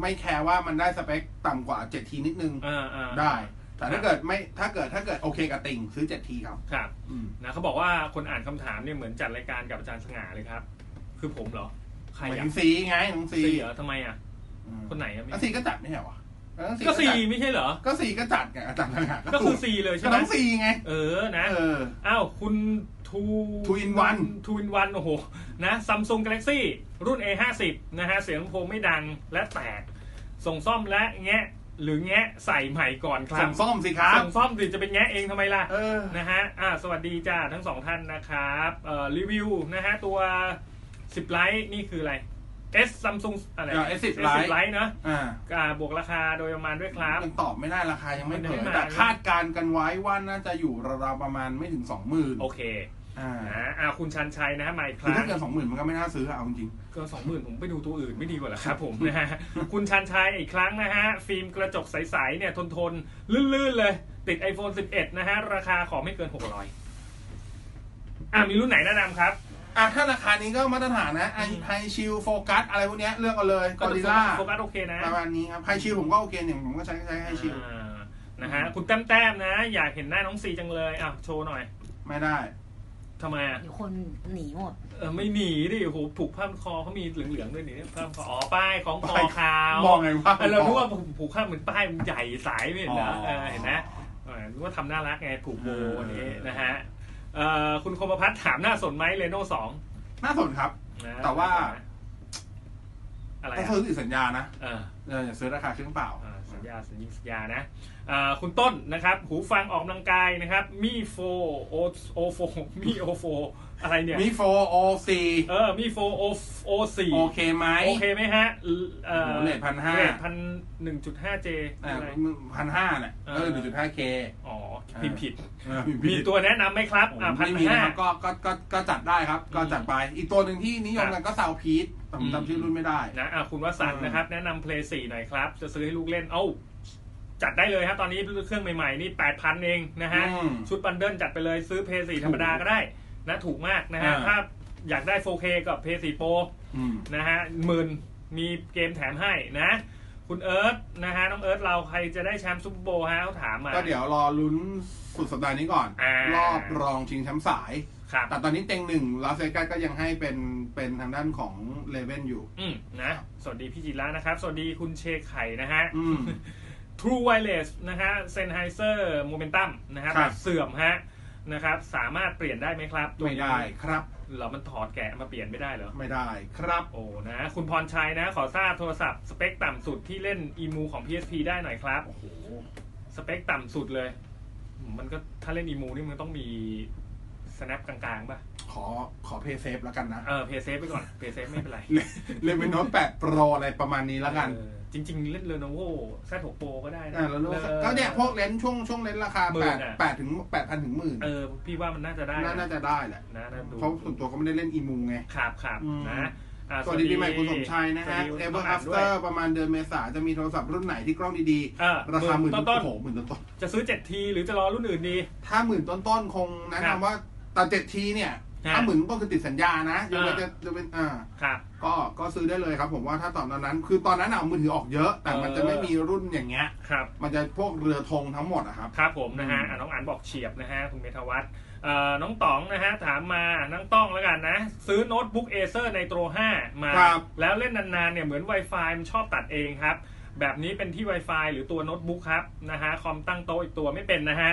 Speaker 4: ไม่แคร์ว่ามันได้สเปคต่ำกว่า 7T นิดนึง
Speaker 3: เออเออ
Speaker 4: ได้ แต่ถ้าเกิดไม่ถ้าเกิดถ้าเกิดโอเคกับติ่งซื้อ 7T ครับ
Speaker 3: ครับ
Speaker 4: อืม
Speaker 3: นะเขาบอกว่าคนอ่านคำถามเนี่ยเหมือนจัดรายการกับอาจารย์สง่าเลยครับ คือผมเหรอ ใค
Speaker 4: ห
Speaker 3: รอ่ะ
Speaker 4: มายถึงซีไงหนังซี
Speaker 3: สี่เหรอทำไมอ่ะ
Speaker 4: อืม
Speaker 3: คนไหนอ่ะไม่
Speaker 4: อ่ะซีก็จัดไม่ใช่เหรอเออ
Speaker 3: ก็
Speaker 4: จั
Speaker 3: สี่
Speaker 4: ด
Speaker 3: ไม่ใช่เหรอ
Speaker 4: ก็ซีก็จัดไงอาจารย์ทหาร
Speaker 3: ก็คือ
Speaker 4: ถู
Speaker 3: สี่เลยใช่
Speaker 4: ก็
Speaker 3: ไหม
Speaker 4: ต้องซีไง
Speaker 3: เออนะ
Speaker 4: เออ
Speaker 3: อ้าว คุณทู
Speaker 4: Two in one
Speaker 3: ทูอินวันโอ้โห นะซัมซุงกาแล็กซี่รุ่น A 5 0นะฮะ เสียงลำโพงไม่ดังและแตก ส่งซ่อมและแงะ หรือแงะใส่ใหม่ก่อนครับ
Speaker 4: สั่งซ่อมสิครับ
Speaker 3: ส่งซ่อมสิจะเป็นแงะเองทำไมล่ะ
Speaker 4: เออ
Speaker 3: นะฮะอ่าสวัสดีจ้าทั้งสองท่านนะครับเอ่อรีวิวนะฮะตัว 10 ไลท์นี่คืออะไร S Samsung อะไร
Speaker 4: อ่า S10 Lite
Speaker 3: ไลท์เนอะ
Speaker 4: อ่า
Speaker 3: อ่าบวกราคาโดยประมาณด้วยครับ
Speaker 4: ยังตอบไม่ได้ราคายังไม่
Speaker 3: มัน
Speaker 4: เผ
Speaker 3: ยั
Speaker 4: ย
Speaker 3: งไม่มา
Speaker 4: แต่คาดการณ์กันไว้ว่าน่าจะอยู่ราวๆประมาณไม่ถึงสองหมื่น
Speaker 3: โอเค
Speaker 4: อ่า
Speaker 3: นะอ่าคุณชันชัยนะฮะไมค์ค
Speaker 4: คือ
Speaker 3: ลาส
Speaker 4: ถ้าเกินสองหมื่นมันก็ไม่น่าซื้ออะเอาจริง
Speaker 3: ก็สองหมื่นผมไปดูตัวอื่นไม่ดีกว่าเหรอครับผมนะฮะ [LAUGHS] คุณชันชัยอีกครั้งนะฮะ ฟิล์มกระจกใส ๆ เนี่ย ทนทนๆลื่น ๆ เลย ติด iPhone 11 นะฮะ ราคาขอไม่เกิน 600 อ่ะ มีรุ่นไหนแนะนำครับ
Speaker 4: อ่ะถ้าราคานี้ก็มาตรฐานนะไอไฮชิลโฟกัสอะไรพวกเนี้ยเลือกเอาเลยกอริล่า
Speaker 3: โฟกัสโอเคนะ
Speaker 4: ประมาณนี้ครับไฮชิลผมก็โอเคเนี่ยผมก็ใช้ใช้ไฮชิล
Speaker 3: อ่านะฮะ คุณแต้ม ๆ นะ อยากเห็นหน้าน้องซีจังเลยอ่ะโชว์หน่อย
Speaker 4: ไม่ได้
Speaker 3: ทำไมอ่ะ
Speaker 5: เดี๋ยวคนหนีหมด
Speaker 3: เออไม่หนีดิโอ้โหผูกผ้าพันคอเขามีเหลืองๆด้วยนี่ผ้าพันคออ๋อป้ายของคอ
Speaker 4: ป้าย
Speaker 3: เขา
Speaker 4: มองไงว่า
Speaker 3: เออเราคิดว่าผูกผูกผ้าเหมือนป้ายมันใหญ่สายไม่เห็นนะเออเห็นนะเออนึกว่าทำน่ารักไงผูกโบว์อันนี้นะฮะเอ่อคุณคมพัฒน์ถามหน้าสนไหมเรโน่สอง
Speaker 4: น่าสนครับ
Speaker 3: นะ
Speaker 4: แต่ว่า
Speaker 3: อะไร
Speaker 4: ต้อง
Speaker 3: อ่ะ
Speaker 4: ซื้อติดสัญญานะ
Speaker 3: เออ
Speaker 4: เอออย่าซื้อราคาเครื่องเปล่า
Speaker 3: อ่าสัญญาสัญญิงสัญญานะเอ่อคุณต้นนะครับ หูฟังออกกำลังกายนะครับมีโฟโอโอโฟ [LAUGHS] มีโอโฟอะไรเนี่ย
Speaker 4: มีโฟโอซี
Speaker 3: เออมีโฟโอโอสี่
Speaker 4: โอเคไหม
Speaker 3: โอเคไหมฮะเอ่อ
Speaker 4: โอ้โหเรท1,500
Speaker 3: เรทพันหนึ่งจุดห้าเจอะไร
Speaker 4: พันห้าน่ะ
Speaker 3: เอ
Speaker 4: เอ
Speaker 3: อ
Speaker 4: อหนึ่งจุดห้าเค
Speaker 3: อ๋อ
Speaker 4: อ่า
Speaker 3: พิมพ์ผิด
Speaker 4: มี
Speaker 3: มีตัวแนะนำไหมครับ อ่าพัน
Speaker 4: ไม่มี
Speaker 3: ห้า
Speaker 4: นะครับก็ก็ก็ก็จัดได้ครับ ก็จัดไป อีกตัวหนึ่งที่นิยมกันก็ซาวพีทแต่ผ
Speaker 3: อื
Speaker 4: ม
Speaker 3: ม
Speaker 4: จำชื่อรุ่นไม่ได้
Speaker 3: นะอ่าคุณวสันต์
Speaker 4: อ่าน
Speaker 3: นะครับ แนะนำเพลย์สี่หน่อยครับ จะซื้อให้ลูกเล่น เอ้า จัดได้เลยครับ ตอนนี้เครื่องใหม่ๆ นี่แปดพันเองนะฮะ
Speaker 4: อืม
Speaker 3: ชุดบันเดิลจัดไปเลยซื้อเพย์สี่ธรรมดาก็ได้ นะถูกมากนะฮะ
Speaker 4: อ่า
Speaker 3: ถ้าอยากได้ 4K กับเพย์สี่โปร
Speaker 4: อืม
Speaker 3: นะฮะหมื่นมีเกมแถมให้นะ คุณเอิร์ธนะฮะน้องเอิร์ธเราใครจะได้แชมป์ซุปเปอร์โบว์ฮะเขาถามมา
Speaker 4: ก็เดี๋ยวรอลุ้นสุดสัปดาห์นี้ก่อน
Speaker 3: อ่าร
Speaker 4: รอบรองชิงแชมป์สาย
Speaker 3: ครับ
Speaker 4: แต่ตอนนี้เต็งหนึ่งลาสเวกัสก็ยังให้เป็นเป็นทางด้านของเลเว่นอยู่
Speaker 3: อืมนะ สวัสดีพี่จิระนะครับ สวัสดีคุณเชไข่นะฮะ
Speaker 4: อื [LAUGHS] ม
Speaker 3: True Wireless นะฮะ Sennheiser Momentum นะฮะ
Speaker 4: ครั
Speaker 3: แบ
Speaker 4: บ
Speaker 3: บเสื่อมฮะนะครับ สามารถเปลี่ยนได้ไหมครับ
Speaker 4: ไม่ได้ครับ
Speaker 3: เหรอมันถอดแกะมาเปลี่ยนไม่ได้เหรอ
Speaker 4: ไม่ได้ครับ
Speaker 3: โอ้นะ คุณพรชัยนะ ขอทราบโทรศัพท์สเปคต่ำสุดที่เล่น EMU ของ PSP ได้หน่อยครับ
Speaker 4: โอ้โห
Speaker 3: สเปคต่ำสุดเลย มันก็ถ้าเล่น EMU นี่มันต้องมี Snap กลางๆป่ะ
Speaker 4: ขอขอเพย์เซฟแล้วกันนะ
Speaker 3: เออ PaySafe ไปก่อน PaySafe ไม่เป็นไร
Speaker 4: เลเวนโน้ตแปดโปรอะไรประมาณนี้แล้วกัน
Speaker 3: เออจริง ๆ เล่น Lenovo Z6 Pro ก็ได้นะ
Speaker 4: อ่าแล้วรู้ว่า
Speaker 3: ออ
Speaker 4: ก็เนี่ยพวกเลนส์ช่วงช่วงเลนส์ราคา
Speaker 3: หมื่
Speaker 4: แป
Speaker 3: น
Speaker 4: ด
Speaker 3: อะ
Speaker 4: แปดถึงแปดพันถึงหมื่น
Speaker 3: เออ พี่ว่ามันน่าจะได้
Speaker 4: น่าน่าจะได้แหละ
Speaker 3: นะน่าดู
Speaker 4: เพราะส่วนตัวก็ไม่ได้เล่นอีมูไง
Speaker 3: ขาบขาบ
Speaker 4: อืม
Speaker 3: นะอ่า
Speaker 4: สวัสดีปีใหม่คุณสมชัยนะ
Speaker 3: สวั
Speaker 4: ฮะ
Speaker 3: สดีคุณ
Speaker 4: เอเวอร์
Speaker 3: ต้
Speaker 4: อั
Speaker 3: น
Speaker 4: ฟ
Speaker 3: ด้
Speaker 4: เต
Speaker 3: วย
Speaker 4: อร์ประมาณเดือนเมษาจะมีโทรศัพท์รุ่นไหนที่กล้องดี
Speaker 3: เออ
Speaker 4: ๆ ราคาหมื่น
Speaker 3: หมื่นต้
Speaker 4: ต้
Speaker 3: นๆ
Speaker 4: นโอ้โหหมื่นต้นๆ
Speaker 3: จะซื้อ 7T หรือจะรอรุ่นอื่นดี
Speaker 4: ถ้าหมื่นต้นๆคงแนะครับนำว่าแต่เจ็ดทีเนี่ย
Speaker 3: ฮะ
Speaker 4: ถ้าหมื่นต้นคือติดสัญญานะยกเว้
Speaker 3: อ่า
Speaker 4: นจะยกเว้นอ่า
Speaker 3: ครับ
Speaker 4: ก็ก็ซื้อได้เลยครับ ผมว่าถ้าตอนนั้น คือตอนนั้นเอามือถือออกเยอะ แต่มันจะไม่มีรุ่นอย่างเงี้ย
Speaker 3: ครับ
Speaker 4: มันจะพวกเรือธงทั้งหมดอะครับ
Speaker 3: ครับผมนะฮะ
Speaker 4: อืม
Speaker 3: อ่ะน้องอันบอกเฉียบนะฮะ คุณเมธวัฒน์เอ่อน้องต๋องนะฮะ ถามมาน้องต้องแล้วกันนะ ซื้อโน้ตบุ๊กเอเซอร์ในโตร5มา
Speaker 4: ครับ
Speaker 3: แล้วเล่นนานๆเนี่ยเหมือน Wi-Fi มันชอบตัดเองครับ แบบนี้เป็นที่ Wi-Fi หรือตัวโน้ตบุ๊กครับนะฮะคอมตั้งโต๊ะอีกตัวไม่เป็นนะฮะ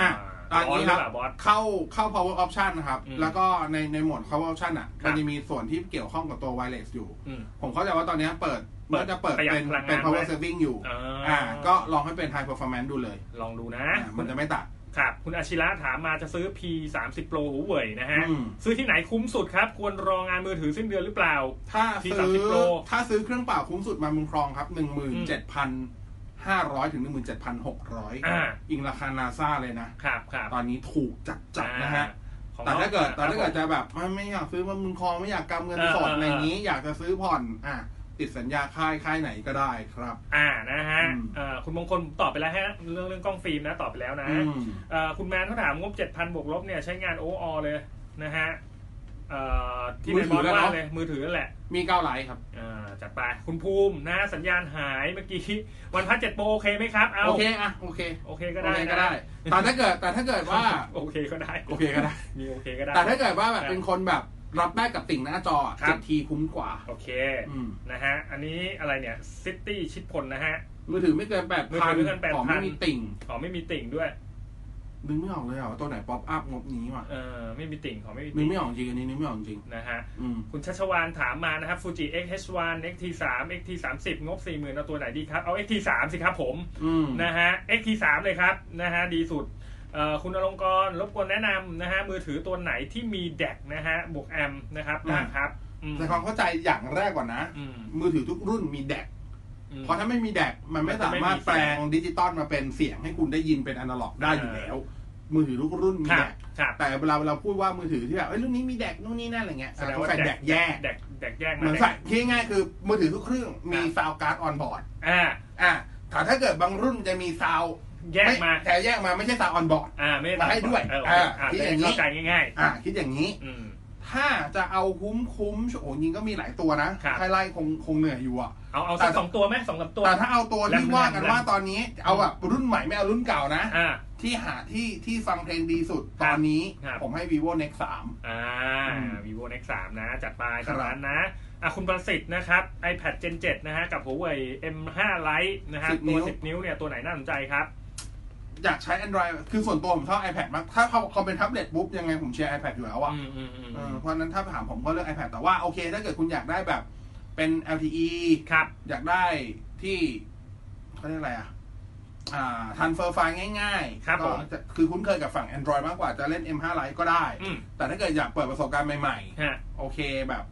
Speaker 4: อ่ะตอนนี้ครับ
Speaker 3: บอส
Speaker 4: เข้าเข้า power option นะครับ
Speaker 3: อืม
Speaker 4: แล้วก็ในในโหมด power option อ่ะ
Speaker 3: ครับ
Speaker 4: มันจะมีส่วนที่เกี่ยวข้องกับตัว wireless อยู่
Speaker 3: อืม
Speaker 4: ผมเข้าใจว่าตอนนี้เปิด
Speaker 3: เปิด
Speaker 4: เมื่อจะเปิด
Speaker 3: ประหยัด
Speaker 4: เป็น
Speaker 3: พลังงาน
Speaker 4: เป็น power
Speaker 3: ไว้
Speaker 4: saving อยู่
Speaker 3: อ่า
Speaker 4: อ่า ก็ลองให้เป็น high performance ดูเลย
Speaker 3: ลองดูนะ
Speaker 4: อ่ามันจะไม่ตัด
Speaker 3: ครับ คุณอาชิระถามมาจะซื้อ P 3 0 Pro หูเว่ยนะฮะ
Speaker 4: อืม
Speaker 3: ซื้อที่ไหนคุ้มสุดครับ ควรรองานมือถือสิ้นเดือนหรือเปล่า
Speaker 4: ถ้า
Speaker 3: ที่
Speaker 4: ซื้อ
Speaker 3: 30 Pro
Speaker 4: ถ้าซื้อเครื่องเปล่าคุ้มสุดมาเมืองครองครับ 17,500 ถึง 17,600
Speaker 3: อ่า
Speaker 4: อิงราคานาซาเลยนะ
Speaker 3: ครับครับ
Speaker 4: ตอนนี้ถูกจัดจัดๆนะฮะ
Speaker 3: ของ
Speaker 4: แต่ถ้าเกิด
Speaker 3: น้อง
Speaker 4: แต่ถ้าเกิ
Speaker 3: ค
Speaker 4: ด
Speaker 3: รับ
Speaker 4: จะแบบไม่ไม่อยากซื้อมามึงคลองไม่อยากกำเงินสด
Speaker 3: เออเออ
Speaker 4: อะไรอย่างนี้ อยากจะซื้อผ่อนอ่ะติดสัญญาค่ายค่ายไหนก็ได้ครับ
Speaker 3: อ่า นะฮะ
Speaker 4: อืม
Speaker 3: เอ่อคุณมงคลตอบไปแล้วฮะ เรื่องเรื่องกล้องฟิล์มนะ ตอบไปแล้วนะ
Speaker 4: อืม
Speaker 3: เอ่อคุณแมนเขาถามงบ 7,000 บวกลบเนี่ย ใช้งานโออเลยนะฮะเอ่อที่ในบอสว่าเลย มือถือนั่นแหละ
Speaker 4: มีเก้าไลท์ครับ
Speaker 3: อ่า จัดไป คุณภูมินะ สัญญาณหายเมื่อกี้ วันพัดเจ็ดโปรโอเคไหมครับ เอา
Speaker 4: โอเคอ่ะโอเค
Speaker 3: โอเคก็ได้
Speaker 4: โอเค
Speaker 3: นะ
Speaker 4: ก็ได้ แต่ถ้าเกิดแต่ถ้าเกิดว่า
Speaker 3: [LAUGHS] โอเคก็ได้
Speaker 4: โอเคก็ได้
Speaker 3: มีโอเคก็ได้
Speaker 4: แต่ถ้าเกิดว่าแบบ
Speaker 3: ได้
Speaker 4: เป็นคนแบบรับได้กับติ่งหน้าจอ
Speaker 3: ครับ
Speaker 4: เจ็ดทีคุ้มกว่า
Speaker 3: โอเค
Speaker 4: อืม
Speaker 3: นะฮะ อันนี้อะไรเนี่ย ซิตี้ชิดพลนะฮะ
Speaker 4: มือถือไม่เกินแปด
Speaker 3: มือ
Speaker 4: พั
Speaker 3: ถือ
Speaker 4: น
Speaker 3: ไม่เกิน8,000
Speaker 4: ขอไม่มีติ่ง
Speaker 3: ขอไม่มีติ่งด้วย
Speaker 4: นึกไม่ออกเลยอ่ะว่าตัวไหนป๊อปอัพงบนี้ว่ะ
Speaker 3: เออ ไม่มีติ่งขอไม่มี
Speaker 4: นึ
Speaker 3: ติ่
Speaker 4: ก
Speaker 3: ง
Speaker 4: ไม่ออกจริงอันนี้นึกไม่ออกจริง
Speaker 3: นะฮะ
Speaker 4: อืม
Speaker 3: คุณชัชวานถามมานะครับ Fuji X-H1 X-T3 X-T30 งบ 40,000เอาตัวไหนดีครับ เอา X-T3 สิครับผม
Speaker 4: อืม
Speaker 3: นะฮะ X-T3 เลยครับ นะฮะ ดีสุดเอ่อคุณอลงกรณ์รบกวนแนะนำนะฮะ มือถือตัวไหนที่มีแดกนะฮะ บวกแอมนะครับบ้างครับอืม
Speaker 4: แต่ความเข้าใจอย่างแรกก่อนนะ
Speaker 3: อืม
Speaker 4: มือถือทุกรุ่นมีแดก
Speaker 3: อืม
Speaker 4: เพราะถ้าไม่มีแดกมันไม่สามารถแปลงดิจิตอลมาเป็นเสียงให้คุณได้ยินเป็นอนาล็อกได้อยู่แล้ว มือถือทุกรุ่นมี
Speaker 3: ครั
Speaker 4: แด
Speaker 3: บ
Speaker 4: ก
Speaker 3: ครับ
Speaker 4: แต่เวลาเราพูดว่ามือถือที่แบบเอ้ยรุ่นนี้มีแดกนู่นนี่นั่นอะไรเงี้ย
Speaker 3: แสดง
Speaker 4: เขา
Speaker 3: ว่า
Speaker 4: ใส่แดกแยก
Speaker 3: แดกแดกแยก
Speaker 4: เห
Speaker 3: มา
Speaker 4: มือน
Speaker 3: แดก
Speaker 4: ใส่ที่ง่ายๆคือมือถือทุกเครื่องมี
Speaker 3: ครับ
Speaker 4: ซาวการ์ดออนบอร์ด
Speaker 3: อ่า
Speaker 4: อ่ะแต่ถ้าเกิดบางรุ่นจะมีซาว
Speaker 3: แยกมา
Speaker 4: แต่แยกมาไม่ใช่ซาวออนบอร์ด
Speaker 3: อ่าไม่
Speaker 4: มาให้ด้วย
Speaker 3: เออ
Speaker 4: อ่า
Speaker 3: อ่า
Speaker 4: ที่อย่างนี้
Speaker 3: เข้าใจง่าย
Speaker 4: อ่ะคิดอย่างนี้
Speaker 3: ๆ อืม
Speaker 4: ถ้าจะเอาคุ้มคุ้มๆโอ้โหยิงก็มีหลายตัวนะครับ ถ้าไล่คงคงเหนื่อยอยู่อ่ะ
Speaker 3: เอาเอา
Speaker 4: แต่
Speaker 3: สักสองตัวไหมสองสามตัว
Speaker 4: แต่ถ้าเอาตัวที่ว่ากัน
Speaker 3: แรงๆ
Speaker 4: ว่าตอนนี้เอาแบบรุ่นใหม่ไม่เอารุ่นเก่านะ
Speaker 3: อ่า
Speaker 4: ที่หาที่ที่ฟังเพลงดีสุดตอนนี้
Speaker 3: ครับ
Speaker 4: ผมให้ vivo nex
Speaker 3: อ่า
Speaker 4: อืม
Speaker 3: vivo x 3นะ จัดไป
Speaker 4: ครับ
Speaker 3: ตามนั้นนะ อ่ะ คุณประสิทธิ์นะครับ iPad Gen 7 นะฮะ กับ Huawei M5 Lite นะฮะ
Speaker 4: 10นิ้
Speaker 3: ตัว
Speaker 4: ว
Speaker 3: 10 นิ้วเนี่ย ตัวไหนน่าสนใจครับ
Speaker 4: 3 อยากใช้ android คือส่วนตัวผมชอบ ipad มาก ถ้าเขาเขาเป็นแท็บเล็ตปุ๊บยังไงผมเชียร์ ipad อยู่แล้วอ่ะ
Speaker 3: อืมอืมอืม
Speaker 4: เออเพราะฉะนั้นถ้าถามผมก็เลือก ipad แต่ว่าโอเค ถ้าเกิดคุณอยากได้แบบเป็น lte
Speaker 3: ครับ
Speaker 4: อยากได้ที่เขาเรียกอะไรอ่ะอ่าทันเฟอร์ไฟล์ง่าย
Speaker 3: ครับ
Speaker 4: ก็
Speaker 3: ผม
Speaker 4: จะคือคุ้นเคยกับฝั่ง Android มากกว่าจะเล่น M5 Lite ก็ได้
Speaker 3: อืม
Speaker 4: แต่ถ้าเกิดอยากเปิดประสบการณ์ใหม่
Speaker 3: ฮะ
Speaker 4: ๆ โอเคแบบ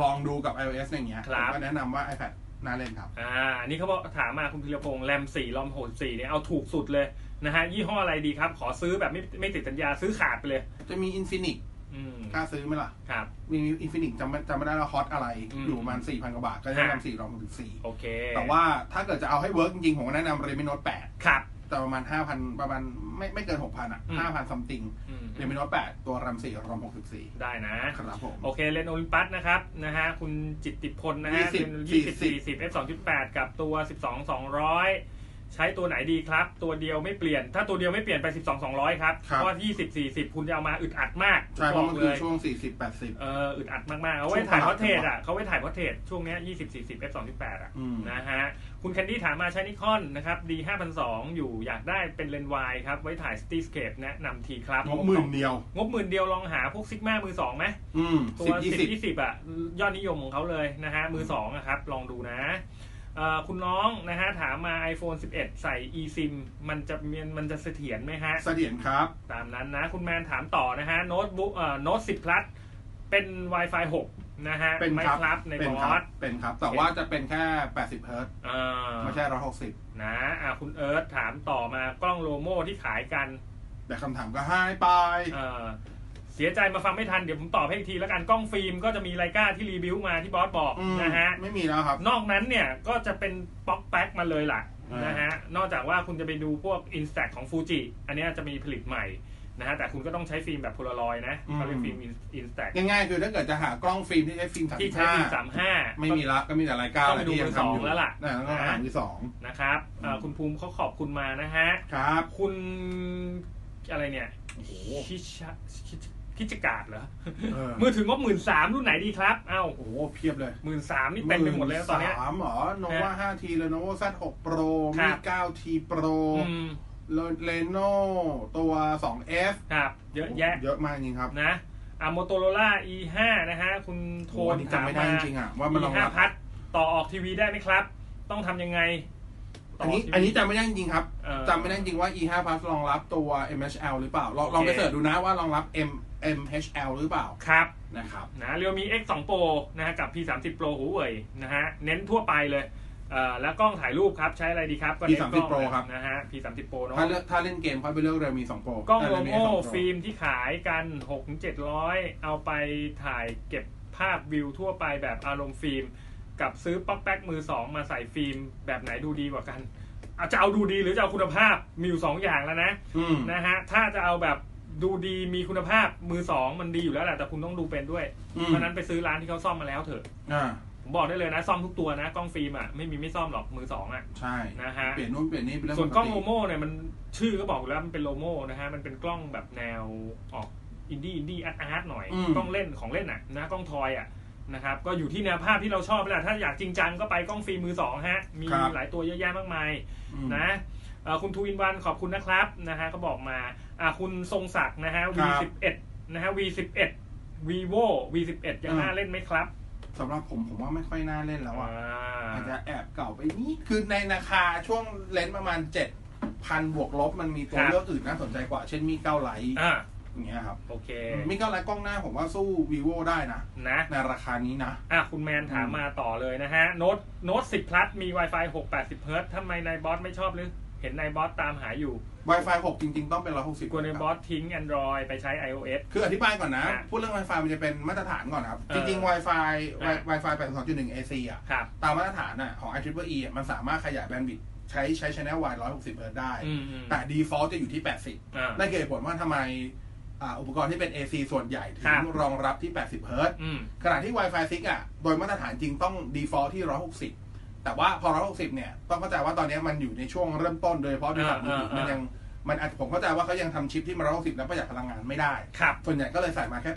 Speaker 4: ลองดูกับ iOS อย่างเงี้ย
Speaker 3: ครับ
Speaker 4: ผมก็แนะนำว่า iPad น่าเล่นครับ
Speaker 3: อ่าอันนี้เขาบอกถามมาคุณพิรพงษ์แรม4ลอมโหด4เนี่ย เอาถูกสุดเลยนะฮะ ยี่ห้ออะไรดีครับ ขอซื้อแบบไม่ไม่ติดสัญญาซื้อขาดไปเลย
Speaker 4: จะมี Infinix
Speaker 3: อืม
Speaker 4: กล้าซื้อไหมล่ะ
Speaker 3: ครับ
Speaker 4: มี Infinix จำไม่จำไม่ได้ว่าฮอตอะไร
Speaker 3: อืม
Speaker 4: อยู่ประมาณ 4,000 กว่าบาท ก็แนะ
Speaker 3: ฮะ
Speaker 4: นำ4ลองถึง
Speaker 3: โอเค
Speaker 4: 4แต่ว่าถ้าเกิดจะเอาให้เวิร์กจริงๆ ผมก็แนะนำ Redmi Note
Speaker 3: ครับ
Speaker 4: 8 แต่ประมาณ 5,000 ประมาณไม่ไม่เกิน 6,000 อ่ะ
Speaker 3: อืม
Speaker 4: 5,000 something
Speaker 3: อืม
Speaker 4: Redmi Note 8 ตัว RAM 4 RAM 64
Speaker 3: ได้นะ
Speaker 4: ครับผม
Speaker 3: โอเคเลนโอลิมปัสนะครับนะฮะคุณจิตติพลนะฮะ
Speaker 4: 20
Speaker 3: เป็นยี่สิบสี่สิบ f สองจุดแปดกับตัวสิบสองสองร้อยใช้ตัวไหนดีครับ ตัวเดียวไม่เปลี่ยน ถ้าตัวเดียวไม่เปลี่ยนไปสิบสองสองร้อยครับ
Speaker 4: ครับ
Speaker 3: เพราะว่ายี่สิบสี่สิบคุณจะเอามาอึดอัดมาก
Speaker 4: ใช่
Speaker 3: บ
Speaker 4: เพราะ
Speaker 3: อก
Speaker 4: มัน
Speaker 3: เล
Speaker 4: คือย ช่วง 40 80
Speaker 3: เอออึดอัดมากๆ เอาไว้ถ่ายพอร์เทรตอ่ะเขาไว้ถ่ายพอร์เทรตช่วงเนี้ยยี่สิบสี่สิบ f สองจุดแปดอ่ะ
Speaker 4: อืม
Speaker 3: นะฮะคุณแคนดี้ถามมาใช้นิคอนนะครับ d ห้าพันสองอยู่อยากได้เป็นเลนส์วายครับไว้ถ่ายสตีสเคปแนะนำทีครับ
Speaker 4: งบหมื่นเดียว
Speaker 3: งบหมื่นเดียวลองหาพวกซิกมามือสองไหม
Speaker 4: อืม
Speaker 3: ตั
Speaker 4: สิ
Speaker 3: ว
Speaker 4: บยี่
Speaker 3: สิ
Speaker 4: สิ
Speaker 3: บบ ยี่สิบอ่ะ ยอดนิยมของเขาเลยนะฮะ มือสองอะครับ ลองดูนะเอ่อคุณน้องนะฮะ ถามมา iPhone 11 ใส่ eSIM มันจะมีมันจะเสถียรไหมฮะ
Speaker 4: เสถียรครับ
Speaker 3: ตามนั้นนะ คุณแมนถามต่อนะฮะ โน้ตบุ๊กเอ่อโน้ต10 plus เป็น Wi-Fi 6 นะฮะ
Speaker 4: เป็น
Speaker 3: ไม่
Speaker 4: ครับ
Speaker 3: ครับใน
Speaker 4: เป็
Speaker 3: บ
Speaker 4: น
Speaker 3: อ
Speaker 4: ครั
Speaker 3: ส
Speaker 4: บ เป็นครับ แต่
Speaker 3: โอเค
Speaker 4: ว่าจะเป็นแค่ 80 เฮิร์ตซ์
Speaker 3: เออ
Speaker 4: ไม่ใช่ 160
Speaker 3: นะอ่ะคุณเอิร์ธถามต่อมากล้องโลโม่ที่ขายกัน
Speaker 4: แต่คำถามก็หายไป
Speaker 3: เอ่อเสียใจมาฟังไม่ทัน เดี๋ยวผมตอบให้อีกทีแล้วกันกล้องฟิล์มก็จะมีไลกาที่รีวิวมาที่บอสบอก
Speaker 4: อืม
Speaker 3: นะฮะ
Speaker 4: ไม่มีแล้วครับ
Speaker 3: นอกนั้นเนี่ยก็จะเป็นป๊อกแป๊กมาเลยล่ะ
Speaker 4: อ่าน
Speaker 3: นะฮะ นอกจากว่าคุณจะไปดูพวกอินสแตของฟูจิอันเนี้ยจะมีผลิตใหม่นะฮะแต่คุณก็ต้องใช้ฟิล์มแบบโพลารอยด์นะเขาเรียกฟิล์มอินสแต
Speaker 4: ง่ายๆ คือถ้าเกิดจะหากล้องฟิล์มที่ใช้ฟิล์มสาม
Speaker 3: ที่
Speaker 4: สิบ
Speaker 3: ใช้
Speaker 4: ห้า
Speaker 3: ฟิล์มสามห้า
Speaker 4: ไม่มีละก็มีแต่รายการ
Speaker 3: ต้องไปดู
Speaker 4: ที่ยั
Speaker 3: มือสอง
Speaker 4: ทำอยู่
Speaker 3: แล้วล่ะ
Speaker 4: นะต้อง
Speaker 3: นะ
Speaker 4: หามือสอง
Speaker 3: นะครับเอ่อคุณภูมิเขาขอบคุณมานะฮะ
Speaker 4: ครับ
Speaker 3: คุณอะไรเนี่ย
Speaker 4: โอ้โห
Speaker 3: คิชะคิชคิจการดเหรอ
Speaker 4: เออ
Speaker 3: มือถึงงบหมื่นสามรุ่นไหนดีครับเอ้า
Speaker 4: โอ้โห เพียบเลย
Speaker 3: หมื่นสามนี่เต็มไปหมดเลยนะตอนเนี้ย
Speaker 4: สามเหรอโนวาห้าทีเลโนวาแซดหกโปร
Speaker 3: ครั
Speaker 4: มี
Speaker 3: บ
Speaker 4: เก้าทีโปร
Speaker 3: อืม
Speaker 4: เลโนตัวสองเอฟ
Speaker 3: ครับ เยอะแยะ
Speaker 4: เยอะมากจริงครับ
Speaker 3: นะอ่ะโมโตโรล่า e 5นะฮะ คุณโท
Speaker 4: โอ้
Speaker 3: น
Speaker 4: อันนี้จำไม่ได้จริงๆอ่ะว่ามันรองรับ
Speaker 3: 5พัดต่อออกทีวีได้ไหมครับ ต้องทำยังไงต่
Speaker 4: อันนี้
Speaker 3: กทีวี
Speaker 4: อันนี้จำไม่ได้จริงครับ
Speaker 3: เออ
Speaker 4: จำไม่ได้จริงว่า e5 plus รองรับตัว mhl หรือเปล่า ลอง
Speaker 3: โอเค
Speaker 4: ลองไปเสิร์ชดูนะว่ารองรับ m mhl หรือเปล่า
Speaker 3: ครับ
Speaker 4: นะครับ
Speaker 3: นะเรียวมี X 2 Pro นะฮะ กับ P 3 0 Pro หูเว่ยนะฮะ เน้นทั่วไปเลยเอ่อแล้วกล้องถ่ายรูปครับ ใช้อะไรดีครับ ก็เน้น
Speaker 4: P30
Speaker 3: กล้อง
Speaker 4: Pro ครับ
Speaker 3: นะฮะ P 3 0 Pro เนาะ
Speaker 4: ถ้าเลือกถ้าเล่นเกมค่อยไปเลือกเรียวมี2โปร
Speaker 3: กล้องโล
Speaker 4: เย
Speaker 3: โม่
Speaker 4: สองโปร
Speaker 3: ฟิล์มที่ขายกัน 6 700 เอาไปถ่ายเก็บภาพวิวทั่วไปแบบอารมณ์ฟิล์ม กับซื้อป๊อกแป๊กมือสองมาใส่ฟิล์มแบบไหนดูดีกว่ากันอาจจะเอาดูดีหรือจะเอาคุณภาพมีอยู่สองอย่างแล้วนะ
Speaker 4: อืม
Speaker 3: นะฮะ ถ้าจะเอาแบบดูดีมีคุณภาพมือสองมันดีอยู่แล้วแหละแต่คุณต้องดูเป็นด้วย
Speaker 4: อืม
Speaker 3: เพราะฉะนั้นไปซื้อร้านที่เขาซ่อมมาแล้วเถอะ
Speaker 4: อ่า
Speaker 3: ผมบอกได้เลยนะ ซ่อมทุกตัวนะ กล้องฟิล์มอ่ะไม่มีไม่ซ่อมหรอกมือสองอ่ะ
Speaker 4: ใช่
Speaker 3: นะฮะ
Speaker 4: เปลี่ยนนู่นเปลี่ยนนี่เป็นเรื่อง
Speaker 3: ส่วนกล้อง
Speaker 4: ป
Speaker 3: โลโม่เนี่ยมันชื่อก็บอกอยู่แล้วมันเป็นโลโม่นะฮะ มันเป็นกล้องแบบแนวออกอินดี้อินดี้อาร์ตอาร์ตหน่อย กล้องเล่นของเล่นอ่ะนะกล้องทอยอ่ะนะครับก็อยู่ที่แนวภาพที่เราชอบแหละถ้าอยากจริงจังก็ไปกล้องฟิล์มมือสองฮะมีหลายตัวเยอะแยะมากมาย
Speaker 4: อืม
Speaker 3: นะเอ่อคุณทูอินวันขอบคุณนะครับนะฮะก็บอกมาอ่ะคุณทรงศักดิ์นะฮะ
Speaker 4: ครับ
Speaker 3: V11 นะฮะ V11 vivo V11 ยัง
Speaker 4: อ่า
Speaker 3: น่าเล่นไหมครับ
Speaker 4: สำหรับผมผมว่าไม่ค่อยน่าเล่นแล้ว
Speaker 3: อ่า
Speaker 4: อ่ะอาจจะแอบเก่าไปนิดคือในราคาช่วงเลนส์ประมาณ 7,000 บวกลบมันมีตัวเลือกอื่นน่าสนใจกว่า เช่นมีเก้าไลท์
Speaker 3: อ่า
Speaker 4: อย่างเงี้ยครับ
Speaker 3: โอเค
Speaker 4: มีเก้าไลท์กล้องหน้าผมว่าสู้ vivo ได้นะ
Speaker 3: นะ
Speaker 4: ในราคานี้นะ
Speaker 3: อ่ะคุณแมนถามมาต่อเลยนะฮะ โน้ตโน้ต10 plus มี Wi-Fi 6 80 Hz ทำไมนายบอสไม่ชอบหรือ เห็นนายบอสตามหาอยู่
Speaker 4: Wi-Fi 6 จริง ๆ ต้องเป็น 160
Speaker 3: กลัวนายบอสทิ้ง Android ไปใช้ iOS
Speaker 4: คืออธิบายก่อนนะ
Speaker 3: อ่ะ
Speaker 4: พูดเรื่อง Wi-Fi มันจะเป็นมาตรฐานก่อนครับ
Speaker 3: เออ
Speaker 4: จริง ๆ Wi-Fi
Speaker 3: อ่ะ
Speaker 4: Wi-Fi 82.1 AC อ่ะ
Speaker 3: ครับ
Speaker 4: ตามมาตรฐานอ่ะของ IEEE อ่ะมันสามารถขยายแบนด์วิดต์ใช้ใช้ channel wide 160เฮิร์ตซ์ได้
Speaker 3: อืมอืม
Speaker 4: แต่ default จะอยู่ที่
Speaker 3: อ่า
Speaker 4: 80นั่นคือเหตุผลว่าทำไมอ่าอุปกรณ์ที่เป็น AC ส่วนใหญ่ถึ
Speaker 3: ครั
Speaker 4: ง
Speaker 3: บ
Speaker 4: รองรับที่ 80เฮิร์ตซ์
Speaker 3: อืม
Speaker 4: ขณะที่ Wi-Fi 6 อ่ะ โดยมาตรฐานจริงต้อง default ที่ 160 แต่ว่าพอ 160 เนี่ย ต้องเข้าใจว่าตอนนี้มันอยู่ในช่วงเริ่มต้นโดยเฉพาะโดยสารมือถื
Speaker 3: เออ
Speaker 4: อ
Speaker 3: เออ
Speaker 4: มันยังมันอาจผมเข้าใจว่าเขายังทำชิปที่มัน160 แล้วประหยัดพลังงานไม่ได้
Speaker 3: ครับ
Speaker 4: ส่วนใหญ่ก็เลยใส่มาแค่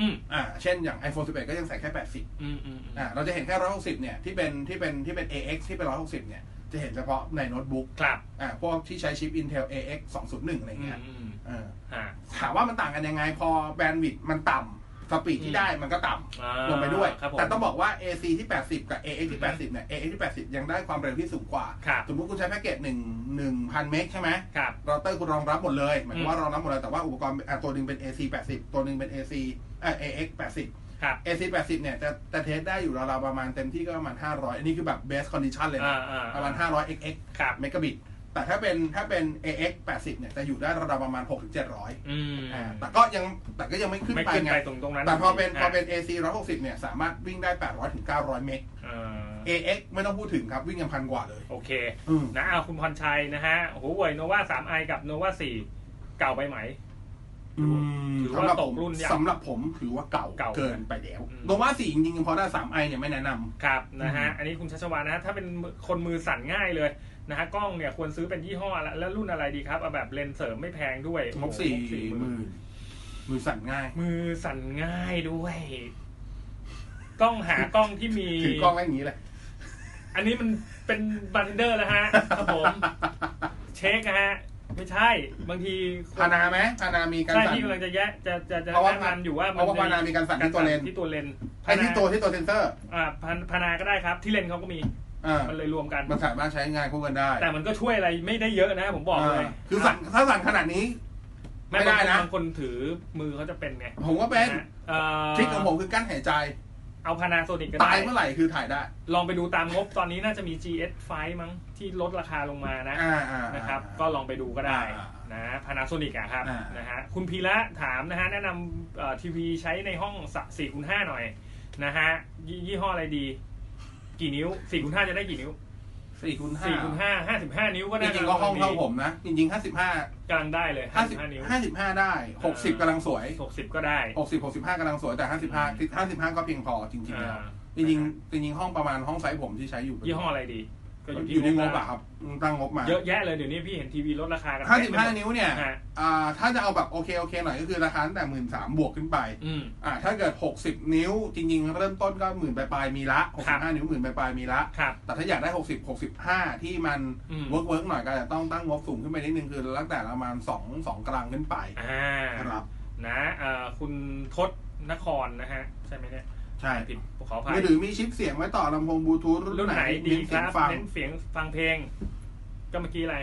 Speaker 3: อืม
Speaker 4: 80 อ่า เช่นอย่าง iPhone 11 ก็ยังใส่แค่
Speaker 3: อืมอืมอืม
Speaker 4: 80อ่า เราจะเห็นแค่ 160 เนี่ย ที่เป็นที่เป็นที่เป็น AX ที่เป็น 160 เนี่ย จะเห็นเฉพาะในโน้ตบุ๊ก
Speaker 3: ครับ
Speaker 4: อ่า พวกที่ใช้ชิป Intel AX 201 อะไร
Speaker 3: อืม
Speaker 4: เงี้ย
Speaker 3: อืม
Speaker 4: เอ่า
Speaker 3: ฮะ
Speaker 4: ถามว่ามันต่างกันยังไง พอแบนด์วิดต์มันต่ำสปีดที่ได้มันก็ต่ำ
Speaker 3: อ่า
Speaker 4: ลงไปด้วย
Speaker 3: ครับผม
Speaker 4: แต่ต้องบอกว่า AC ที่ 80 กับ AX ที่ 80 เนี่ย AX ที่ 80 ยังได้ความเร็วที่สูงกว่า
Speaker 3: ครับ
Speaker 4: สมมติคุณใช้แพ็กเกจ1 1,000 เมกใช่ไหม
Speaker 3: ครับ
Speaker 4: เราเตอร์คุณรองรับหมดเลย หมายความ
Speaker 3: อืม
Speaker 4: ว่ารองรับหมดเลย แต่ว่าอุปกรณ์อ่ะตัวหนึ่งเป็น AC 80 ตัวหนึ่งเป็น AC เอ่อ AX 80
Speaker 3: ครับ
Speaker 4: AC 80 เนี่ยจะจะเทสได้อยู่ราวๆประมาณเต็มที่ก็ประมาณ 500 อันนี้คือแบบ best condition เลย
Speaker 3: อ่า
Speaker 4: นะ
Speaker 3: อ่า
Speaker 4: ประมาณ 500 XX
Speaker 3: ครับ
Speaker 4: เมกะบิต แต่ถ้าเป็นถ้าเป็น AX 80 เนี่ยจะอยู่ได้ราวๆประมาณ 6-700
Speaker 3: อืม
Speaker 4: อ่าแต่ก็ยังแต่ก็ยังไม่ขึ้น
Speaker 3: ไม่
Speaker 4: ไป
Speaker 3: ขึ้น
Speaker 4: ไง
Speaker 3: ไปตรงตรงนั้น
Speaker 4: แต่พอเป็นพ
Speaker 3: ะ
Speaker 4: อเป็น AC 160 เนี่ย สามารถวิ่งได้ 800 ถึง 900 เมก
Speaker 3: เออ
Speaker 4: AX ไม่ต้องพูดถึงครับ วิ่งกันพันกว่าเลย
Speaker 3: โอเค
Speaker 4: อืม
Speaker 3: นะเอาคุณพรชัยนะฮะโอ้โหเว่ยโนวาสามไอกับโนวาสี่เก่าไปไหม ถือว่า
Speaker 4: สำหรับ
Speaker 3: ต
Speaker 4: ผ
Speaker 3: ก
Speaker 4: ม
Speaker 3: รุ่นยัง
Speaker 4: สำหรับผมถือว่าเก่า
Speaker 3: เก่า
Speaker 4: เกินไปแล้ว
Speaker 3: อืม
Speaker 4: โนว่าสี่จริงๆพอได้สามไอเนี่ยไม่แนะนำ
Speaker 3: ครับนะฮะ
Speaker 4: อืม
Speaker 3: อันนี้คุณชัชวานนะฮะ ถ้าเป็นคนมือสั่นง่ายเลยนะฮะ กล้องเนี่ยควรซื้อเป็นยี่ห้อละแล้วรุ่นอะไรดีครับเอาแบบเลนส์เสริมไม่แพงด้วย
Speaker 4: งบ
Speaker 3: โอ้โห
Speaker 4: สี่
Speaker 3: 40,000
Speaker 4: หมื่นมือสั่นง่าย
Speaker 3: มือสั่นง่ายด้วย ต้องหากล้องที่มี
Speaker 4: ถือกล้องไว้อย่างนี้เลย
Speaker 3: อันนี้มันเป็นบันเดอร์แล้วฮะ ครับผม เช็คนะฮะ ไม่ใช่ บางที
Speaker 4: พานาไหมพานามีการ
Speaker 3: ใช่
Speaker 4: สั่น
Speaker 3: ที่กำลังจะแยะจะจะจะ
Speaker 4: เพราะว่า
Speaker 3: แนะนำอยู่ว่า
Speaker 4: เพราะว่าพานามีการสั่นที่ตัวเลน
Speaker 3: ที่ตัวเลน
Speaker 4: ไอที่ตัว
Speaker 3: พานา
Speaker 4: ที่ตัวเซนเซอร์
Speaker 3: อ่าพาพานาก็ได้ครับ ที่เลนเขาก็มี
Speaker 4: อ่า
Speaker 3: มันเลยรวมกัน
Speaker 4: มันสามารถใช้งานคู่กันได้
Speaker 3: แต่มันก็ช่วยอะไรไม่ได้เยอะนะผมบอกเลย
Speaker 4: าคือสั่นถ้าสั่นขนาดนี้ ไม่ได้นะ
Speaker 3: บางคนถือมือเขาจะเป็นไง
Speaker 4: ผมว่าเป็น
Speaker 3: นะเอ่อ
Speaker 4: ทริคของผมคือกั้นหายใจ
Speaker 3: เอาพานาโซนิกก็
Speaker 4: ตา
Speaker 3: ได้
Speaker 4: ยเมื่อไหร่คือถ่ายได้
Speaker 3: ลองไปดูตามงบตอนนี้น่าจะมี GS5 มั้งที่ลดราคาลงมานะ
Speaker 4: อ่าอ่าอ่า
Speaker 3: นะครับ ก็ลองไปดูก็ได้
Speaker 4: อ่า
Speaker 3: นะพานาโซนิกอะครับ
Speaker 4: อ่าน
Speaker 3: นะฮะคุณพีระถามนะฮะ แนะนำเอ่อทีวีใช้ในห้อง4คูณ5หน่อยนะฮะยี่ยี่ห้ออะไรดี กี่นิ้ว4คูณ5จะได้กี่นิ้ว
Speaker 4: สี่คูณห้า
Speaker 3: 4คูณ5 55 นิ้วก็
Speaker 4: จ
Speaker 3: น่าจะ
Speaker 4: ริงๆก็ห้องเท่า
Speaker 3: ดี
Speaker 4: ผมนะ จริงๆห้าสิบห้าก
Speaker 3: ำลังได้เลย
Speaker 4: ห้าสิบ
Speaker 3: 55นิ้ว
Speaker 4: ห้าสิบห้าได้หกสิบกำลังสวย
Speaker 3: 60 ก็ได้
Speaker 4: หกสิบหกสิบห้ากำลังสวยแต่ห้าสิบห้าห้าสิบห้าก็เพียงพอจริงๆแล้ว
Speaker 3: อ่า
Speaker 4: จริงๆจริงๆห้องประมาณห้องไซส์ผมที่ใช้อยู่
Speaker 3: ยี่ห้ออะไรดี ก็
Speaker 4: อยู่ในงบ
Speaker 3: แล้
Speaker 4: อะครับตั้งงบมา
Speaker 3: เยอะแยะเลยเดี๋ยวนี้พี่เห็นทีวีลดราคากัน
Speaker 4: ห้าสิบห้า
Speaker 3: เต็มไปมด
Speaker 4: นิ้วเนี่ย
Speaker 3: ฮะ
Speaker 4: อ่าถ้าจะเอาแบบโอเคโอเคหน่อยก็คือราคาตั้งแต่หมื่นสามบวกขึ้นไป
Speaker 3: อืม
Speaker 4: อ่าถ้าเกิดหกสิบนิ้ว จริง ๆ เริ่มต้นก็หมื่นปลายๆมีละหก
Speaker 3: ครั
Speaker 4: สิ
Speaker 3: บ
Speaker 4: บห้านิ้วหมื่นปลายๆมีละ
Speaker 3: ครับ
Speaker 4: แต่ถ้าอยากได้ 60 65 ที่มัน
Speaker 3: อืม
Speaker 4: เวิร์กเวิร์กหน่อยก็จะต้องตั้งงบสูงขึ้นไปนิดนึงคือตั้งแต่ประมาณ2 2กลางขึ้นไป
Speaker 3: อ่า
Speaker 4: ครับ
Speaker 3: นะเอ่อคุณทศนครนะฮะ ใช่ไหมเนี่ย
Speaker 4: ใช่
Speaker 3: ผิดขออภัย
Speaker 4: มือถือมีชิปเสียงไว้ต่อลำโพงบลูทูธ
Speaker 3: รุ่นไหนดี
Speaker 4: เน้น
Speaker 3: ค
Speaker 4: เสียง
Speaker 3: รับ
Speaker 4: ฟัง
Speaker 3: เน้นเสียงฟังเพลง ก็เมื่อกี้อะไร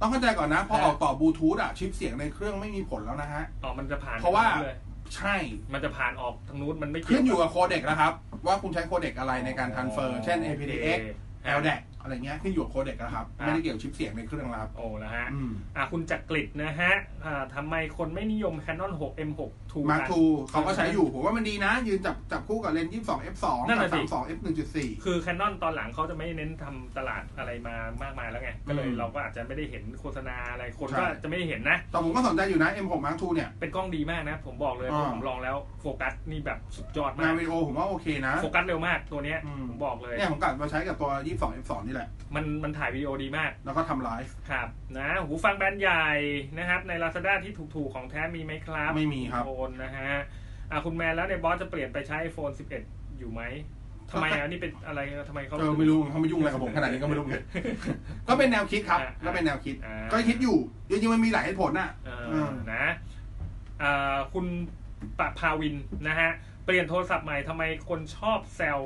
Speaker 4: ต้องเข้าใจก่อนนะ พอ
Speaker 3: ฮะ
Speaker 4: ออกต่อบลูทูธอ่ะ ชิปเสียงในเครื่องไม่มีผลแล้วนะฮะ
Speaker 3: อ๋อมันจะผ่าน
Speaker 4: เพราะว่า
Speaker 3: เลย
Speaker 4: ใช่
Speaker 3: มันจะผ่านออกทางนู้นมันไม่เกี่
Speaker 4: ขึ้นอยู่กับโคเด็กนะครับ ว่าคุณใช้โคเด็กอะไรในการทันเฟอร์ เช่น APDX
Speaker 3: ฮะ
Speaker 4: LDAC อะไรเงี้ยขึ้นอยู่กับโคเด็กนะครับ
Speaker 3: ฮะ
Speaker 4: ไม่ได้เกี่ยวกับชิปเสียงในเครื่องแล้วครับ
Speaker 3: โอ้แล้วฮะ
Speaker 4: อืม
Speaker 3: อ่ะคุณจักริดนะฮะอ่าทำไมคนไม่นิยม Canon 6 M6 ถูก
Speaker 4: มา
Speaker 3: กัน
Speaker 4: ทูเขาก็ใช้อยู่ผมว่ามันดีนะ ยืนจับจับคู่กับเลนส์22 f2
Speaker 3: นั่น
Speaker 4: กั
Speaker 3: น่ะ
Speaker 4: บ
Speaker 3: สิ
Speaker 4: 32 f1.4
Speaker 3: คือแคนนอนตอนหลังเขาจะไม่เน้นทำตลาดอะไรมามากมายแล้วไง ก็เลย
Speaker 4: อืม
Speaker 3: เราก็อาจจะไม่ได้เห็นโฆษณาอะไรคน
Speaker 4: ใช่
Speaker 3: ก็จะไม่ได้เห็นนะ
Speaker 4: แต่ผมก็สนใจอยู่นะ M6 Mark II เนี่ย
Speaker 3: เป็นกล้องดีมากนะ ผมบอกเลยเพ
Speaker 4: อ่า
Speaker 3: ราะผมลองแล้วโฟกัสนี่แบบสุดยอดมาง
Speaker 4: าน
Speaker 3: ก
Speaker 4: วิดีโอผมว่าโอเคนะ
Speaker 3: โฟกัสเร็วมากตัวเนี้ย
Speaker 4: อืม
Speaker 3: ผมบอกเลย
Speaker 4: เนี่ยผมกลับมาใช้กับตัว 22 F2 นี่แหละ
Speaker 3: มันมันถ่ายวิดีโอดีมาก
Speaker 4: แล้วก็ทำไลฟ์
Speaker 3: ครับนะหูฟังแบรนด์ใหญ่นะครับ ใน Lazada ที่ถูกๆ ของแท้มีไหมครับ
Speaker 4: ไม่มีครับ
Speaker 3: โอนนะฮะอ่ะคุณแมนแล้วในบอสจะเปลี่ยนไปใช้ iPhone 11 อยู่ไหมทำไมอ่ะนี่เป็นอะไรทำไมเขา
Speaker 4: เออไม่รู้เขาไม่ยุ่งอะไรกับผมขนาดนี้
Speaker 3: [LAUGHS]
Speaker 4: ก็ไม่รู้เลย ก็เป็นแนวคิดครับ
Speaker 3: อ่า
Speaker 4: ก็เป็นแนวคิด
Speaker 3: อ่า
Speaker 4: ก็คิดอยู่ จริงๆมันมีหลายเหตุผลน่ะ
Speaker 3: เออ
Speaker 4: อืม
Speaker 3: นะเอ่อคุณปะพาวินนะฮะ เปลี่ยนโทรศัพท์ใหม่ทำไมคนชอบแซว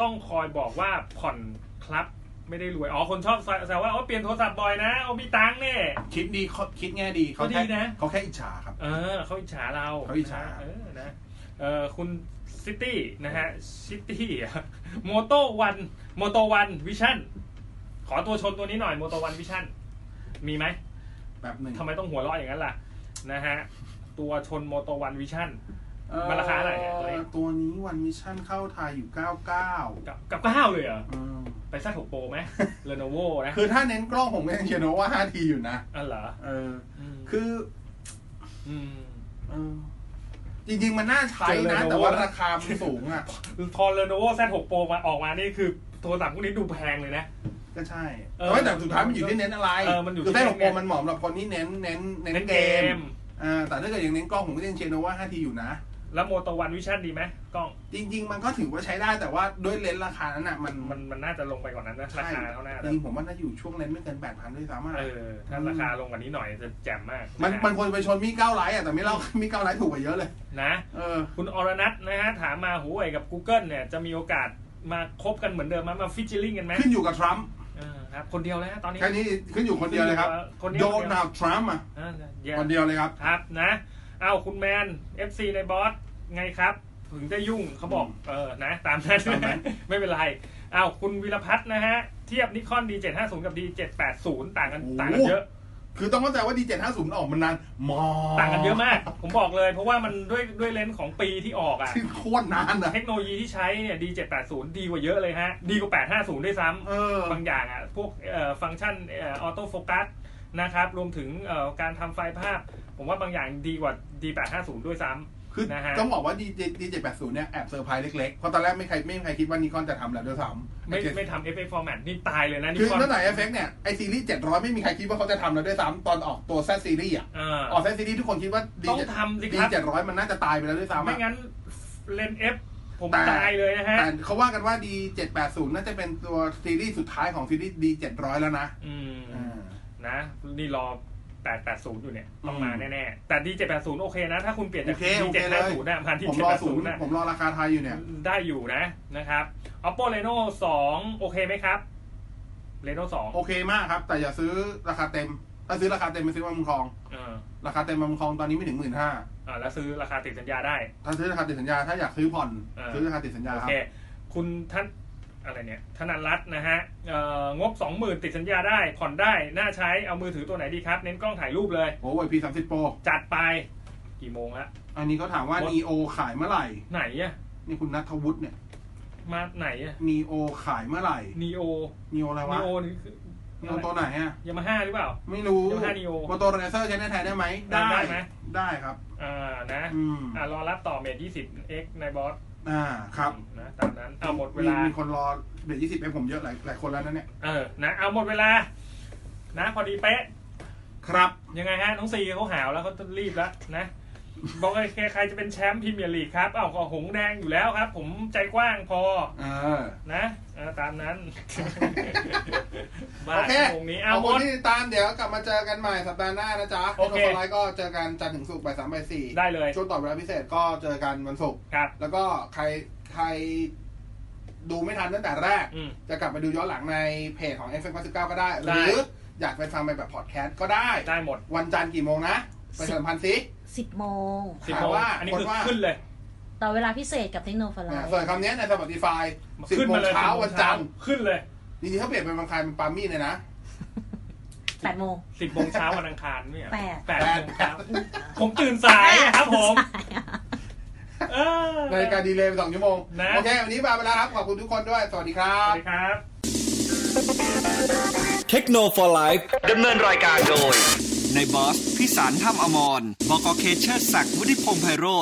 Speaker 3: ต้องคอยบอกว่าผ่อนครับ ไม่ได้รวย อ๋อ คนชอบแซวว่าโอ้เปลี่ยนโทรศัพท์บ่อยนะ เอามีตังค์เนี่ย
Speaker 4: คิดดีเขาคิดแง่ดีเขา
Speaker 3: ก็
Speaker 4: แค่
Speaker 3: ดีนะ
Speaker 4: เขาแค่อิจฉาครับ
Speaker 3: เออเขาอิจฉาเรา
Speaker 4: เขาอิจฉา
Speaker 3: เออนะเออคุณซิตี้นะฮะซิตี้โมโต้วันโมโตวันวิชั่นข อตัวชนตัวนี้หน่อยโมโตวันวิชั่นมีไหม
Speaker 4: แบบหนึ่ง
Speaker 3: ทำไมต้องหัวเราะอย่างนั้นล่ะนะฮะตัวชนโมโตวันวิชั่น
Speaker 4: เอ่อ
Speaker 3: มันราคาเท่าไหร่เนี่ยตัวนี้
Speaker 4: ตัวนี้วันมิชชั่นเข้าไทยอยู่ 99
Speaker 3: กับกับก้าวเลยเหรอ
Speaker 4: อืม
Speaker 3: ไปซัดหกโปรไหม [LAUGHS] เรโนโวนะ
Speaker 4: คือถ้าเน้นกล้องผมก็ยังเชียร์โนว่า 5T อยู่นะ
Speaker 3: อ๋อเหรอ
Speaker 4: เออ
Speaker 3: อืม
Speaker 4: คือ
Speaker 3: อืม
Speaker 4: เออจริง ๆ มันน่าใช้
Speaker 3: เจอเลย
Speaker 4: นะ
Speaker 3: นะ
Speaker 4: แต่ว่า
Speaker 3: ว่า
Speaker 4: ราคามันสูงอ่ะ
Speaker 3: พอเรโนโวแซดหกโปรมาออกมานี่คือโทรศัพท์พวกนี้ดูแพงเลยนะ
Speaker 4: ก็ใช่
Speaker 3: เออ
Speaker 4: แต่ว่าแต่สุดท้ายมันอยู่ที่เน้นอะไร
Speaker 3: เออมันอยู่ที่
Speaker 4: คือได้หลกโปร
Speaker 3: เน้นไง
Speaker 4: มันเหมาะสำหรับคนที่เน้นเน้นเน้นเกมอ่าแต่ถ้าเกิดยังเน้นกล้องผมก็ยังเชียร์โนว่า 5T อยู่นะ
Speaker 3: แล้วโมโตวันวิชั่นดีไหมกล้อง
Speaker 4: จริง ๆ มันก็ถือว่าใช้ได้แต่ว่าด้วยเลนส์ราคานั้นอ่ะมัน
Speaker 3: มันมันน่าจะลงไปกว่านั้นนะราคาเท่าหน้า
Speaker 4: จริงๆผมว่าน่าจะอยู่ช่วงเลนส์ไม่เกิน 8,000ด้วยซ้ำอ่ะ
Speaker 3: เออถ้าราคาลงกว่านี้หน่อยจะแจ่มมาก
Speaker 4: มัน
Speaker 3: นะ
Speaker 4: มันควรไปชนมีเก้าไลท์อ่ะแต่ไม่เล่า มีเก้าไลท์ถูกกว่าเยอะเลย
Speaker 3: นะ
Speaker 4: เออ
Speaker 3: คุณอรนัทนะฮะ ถามมาหูไอกับ Google เนี่ย จะมีโอกาสมาคบกันเหมือนเดิมไหมมาฟิชเชอร์ลิงกันไหม
Speaker 4: ขึ้นอยู่กับทรัมป์
Speaker 3: เออครับคนเดียวแล้วนะตอนนี้
Speaker 4: แค่นี้ขึ้นอยู่คนเดียวเลยครับ
Speaker 3: คนเดี
Speaker 4: โด
Speaker 3: ยวคนเดี
Speaker 4: นั
Speaker 3: ยว
Speaker 4: ลด์ทรัมป์อ่ะ
Speaker 3: อ่าเดี๋ยว
Speaker 4: คนเดียวเลยครับ
Speaker 3: ครับนะเอ้าคุณแมน FC ในบอส ไงครับ ถึงจะยุ่งเขาบอก เออนะ ตามนั้น
Speaker 4: ตามนั้น
Speaker 3: [LAUGHS] ไม่เป็นไรเอ้าคุณวิรพัฒน์นะฮะ เทียบนิคอน D750 กับ D780 ต่างกันต่างกันเยอะ
Speaker 4: คือต้องเข้าใจว่าดีเจ็ดห้าศูนย์ออกมานานมอ
Speaker 3: ต่างกันเยอะมาก ผมบอกเลย เพราะว่ามันด้วยด้วยเลนส์ของปีที่ออกอ่ะ
Speaker 4: ที่โคตรนานอ่ะ
Speaker 3: เทคโนโลยีที่ใช้เนี่ย D780 ดีกว่าเยอะเลยฮะ ดีกว่า 850 ด้วยซ้
Speaker 4: เออ
Speaker 3: ำ บางอย่างอ่ะ พวกเอ่อฟังก์ชันเออโต้โฟกัสนะครับ รวมถึงเอ่อการทำไฟล์ภาพ ผมว่าบางอย่างดีกว่า D850 ด้วยซ้
Speaker 4: คือ
Speaker 3: นะฮะ
Speaker 4: ต้องบอกว่าดีเจดีเจ็ดแปดศูนย์เนี่ยแอบเซอร์ไพรส์เล็กๆ เพราะตอนแรกไม่ใครไม่มีใครคิดว่านิคอนจะทำแล้วด้วยซ้
Speaker 3: ำ
Speaker 4: ำ
Speaker 3: ไม่ไม่ทำ FA format นี่ตายเลยนะ
Speaker 4: คือ
Speaker 3: Nikon
Speaker 4: ตั้งแต่เอฟเฟกเนี่ยไอซีรีส์เจ็ดร้อยไม่มีใครคิดว่าเขาจะทำแล้วด้วยซ้ำตอนออกตัวแซซีรีส์อ่ะ
Speaker 3: เอ่อ
Speaker 4: ออกแซซีรีส์ทุกคนคิดว่าดี
Speaker 3: ต้อง
Speaker 4: เจ็ด
Speaker 3: ทำสิค
Speaker 4: ดี
Speaker 3: รับ
Speaker 4: เจ็ดร้อยมันน่าจะตายไปแล้วด้วยซ้ำอะ
Speaker 3: ไม่งั้นเลนส์ F ผม
Speaker 4: แต่
Speaker 3: ตายเลยนะฮะ
Speaker 4: แต่เขาว่ากันว่า D780 น่าจะเป็นตัวซีรีส์สุดท้ายของซีรีส์ D700 แล้วนะ
Speaker 3: อืม
Speaker 4: อ่า
Speaker 3: นะ นี่รอ 880 อยู่เนี่ย ต้องมา
Speaker 4: อืม
Speaker 3: แน่ๆ แต่ D780 โอเคนะ ถ้าคุณเปลี่ยนจาก
Speaker 4: โอเคโอเคเลย
Speaker 3: D750 นะมาที่
Speaker 4: ผมรอศูนย์
Speaker 3: 780นะ
Speaker 4: ผมรอราคาไทยอยู่เนี่ย
Speaker 3: ได้อยู่นะนะครับ Oppo Reno 2 โอเคไหมครับ Reno 2
Speaker 4: โอเคมากครับ แต่อย่าซื้อราคาเต็ม ถ้าซื้อราคาเต็มไปซื้อมามุมคลอง
Speaker 3: เออ
Speaker 4: ราคาเต็มมามุมคลองตอนนี้ไม่ถึงหมื่นห้า
Speaker 3: อ่าแล้วซื้อราคาติดสัญญาได้
Speaker 4: ถ้าซื้อราคาติดสัญญา ถ้าอยากซื้อผ่อน
Speaker 3: เออ
Speaker 4: ซื้อราคาติดสัญญา
Speaker 3: โอ
Speaker 4: ครับ
Speaker 3: เค คุณท่านอะไรเนี่ยธนันรัตน์นะฮะเอ่องบ 20,000 ติดสัญญาได้ ผ่อนได้ น่าใช้เอามือถือตัวไหนดีครับ เน้นกล้องถ่ายรูปเลย
Speaker 4: โอ้ย P30 Pro
Speaker 3: จัดไปกี่โมงละ
Speaker 4: อันนี้เขาถามว่า
Speaker 3: What?
Speaker 4: Neo ขายเมื่อไหร่
Speaker 3: ไหนอะ
Speaker 4: นี่คุณนัทวุฒิเนี่ย
Speaker 3: มาไหนอะ
Speaker 4: Neo ขายเมื่อไหร่
Speaker 3: Neo
Speaker 4: Neo อะไรวะ
Speaker 3: Neo นี่คือ
Speaker 4: Neo ตัวไหนอะ
Speaker 3: ยามาฮ่าหรือเปล่า
Speaker 4: ไม่รู้
Speaker 3: ยี่ห้อ Neo
Speaker 4: โมโตเรเซอร์ใช้ในไทยได้ไหมได้
Speaker 3: ได้ไหม
Speaker 4: ได้ครับ
Speaker 3: อ่านะ
Speaker 4: อืม
Speaker 3: อ่ารอรับต่อเมท20 X ในบอส
Speaker 4: อ่าครับ
Speaker 3: นะตามนั้นเอาหมดเวลา
Speaker 4: มีคนรอเบียดยี่สิบเอ็มผมเยอะหลายหลายคนแล้วนะเนี่ย
Speaker 3: เออ นะ เอาหมดเวลา นะ พอดีเป๊ะ
Speaker 4: ครับ
Speaker 3: ยังไงฮะ น้องซีเขาหาวแล้วเขารีบแล้วนะ บอกเลยใครจะเป็นแชมป์พรีเมียร์ลีกครับ เอาก็หงแดงอยู่แล้วครับ ผมใจกว้างพอ
Speaker 4: เออ
Speaker 3: นะเออตาม
Speaker 4: [LAUGHS]
Speaker 3: นั้น บ้า
Speaker 4: โอเค
Speaker 3: ตรงนี้
Speaker 4: เอา
Speaker 3: เอา
Speaker 4: ห
Speaker 3: ห
Speaker 4: ม
Speaker 3: ม
Speaker 4: ด
Speaker 3: ด
Speaker 4: ที่ติดตามเดี๋ยวกลับมาเจอกันใหม่สัปดาห์หน้านะจ๊ะ
Speaker 3: โอเค
Speaker 4: นไลน์ก็เจอกันจันทร์ถึงศุกร์บ่ายสามบ่ายสี่
Speaker 3: ได้เลย
Speaker 4: ช่วงต่อเวลาพิเศษก็เจอกันวันศุกร์
Speaker 3: ครับ
Speaker 4: แล้วก็ใครใครดูไม่ทันตั้งแต่แรก
Speaker 3: อืม
Speaker 4: จะกลับไปดูย้อนหลังในเพจของ f อฟ19ก็ได้ ห
Speaker 3: ได้
Speaker 4: รืออยากไปฟังไปแบบพอดแคสต์ก็ได้
Speaker 3: ได้หมด
Speaker 4: วันจันทร์กี่โมงนะ ไปสัมพันธ์สิ
Speaker 5: สิบโมง
Speaker 3: สิบโมง
Speaker 4: ว่า
Speaker 3: อันนี้
Speaker 4: คน
Speaker 3: คือ
Speaker 4: ว่า
Speaker 3: ขึ้นเลย
Speaker 5: ต่อเวลาพิเศษกับเทคโนโลยี
Speaker 4: นะส่วนคำนี้ใน Spotify สิบ
Speaker 3: ขึ้น
Speaker 4: โม
Speaker 3: มาง เลย
Speaker 4: เช้า
Speaker 3: สิบโมง
Speaker 4: วันจันทร์
Speaker 3: ขึ้นเลย
Speaker 4: จริงๆถ้าเปลี่ยนเป็นบางคายเป็นปามี่เลยนะ
Speaker 5: แปดโมง
Speaker 3: สิบโมงเช้าวันอังคารไม่เหรอ
Speaker 5: แปด
Speaker 3: แปดโมงเช้าผมตื่นสายนะครับผม เออ
Speaker 4: ในการดีเลยไปสองชั่วโมง
Speaker 3: นะ
Speaker 4: โอเค วันนี้ลาไปแล้วครับ ขอบคุณทุกคนด้วย สวัสดีครั
Speaker 3: สวั
Speaker 4: บ
Speaker 3: สดีครับ
Speaker 1: เทคโนโลยี
Speaker 2: ดำเนินรายการโดย
Speaker 1: ในบอสพิสารถ้ำอมรบอกอเคเชอร์ศักดิ์วุฒิพงษ์ไพโรธ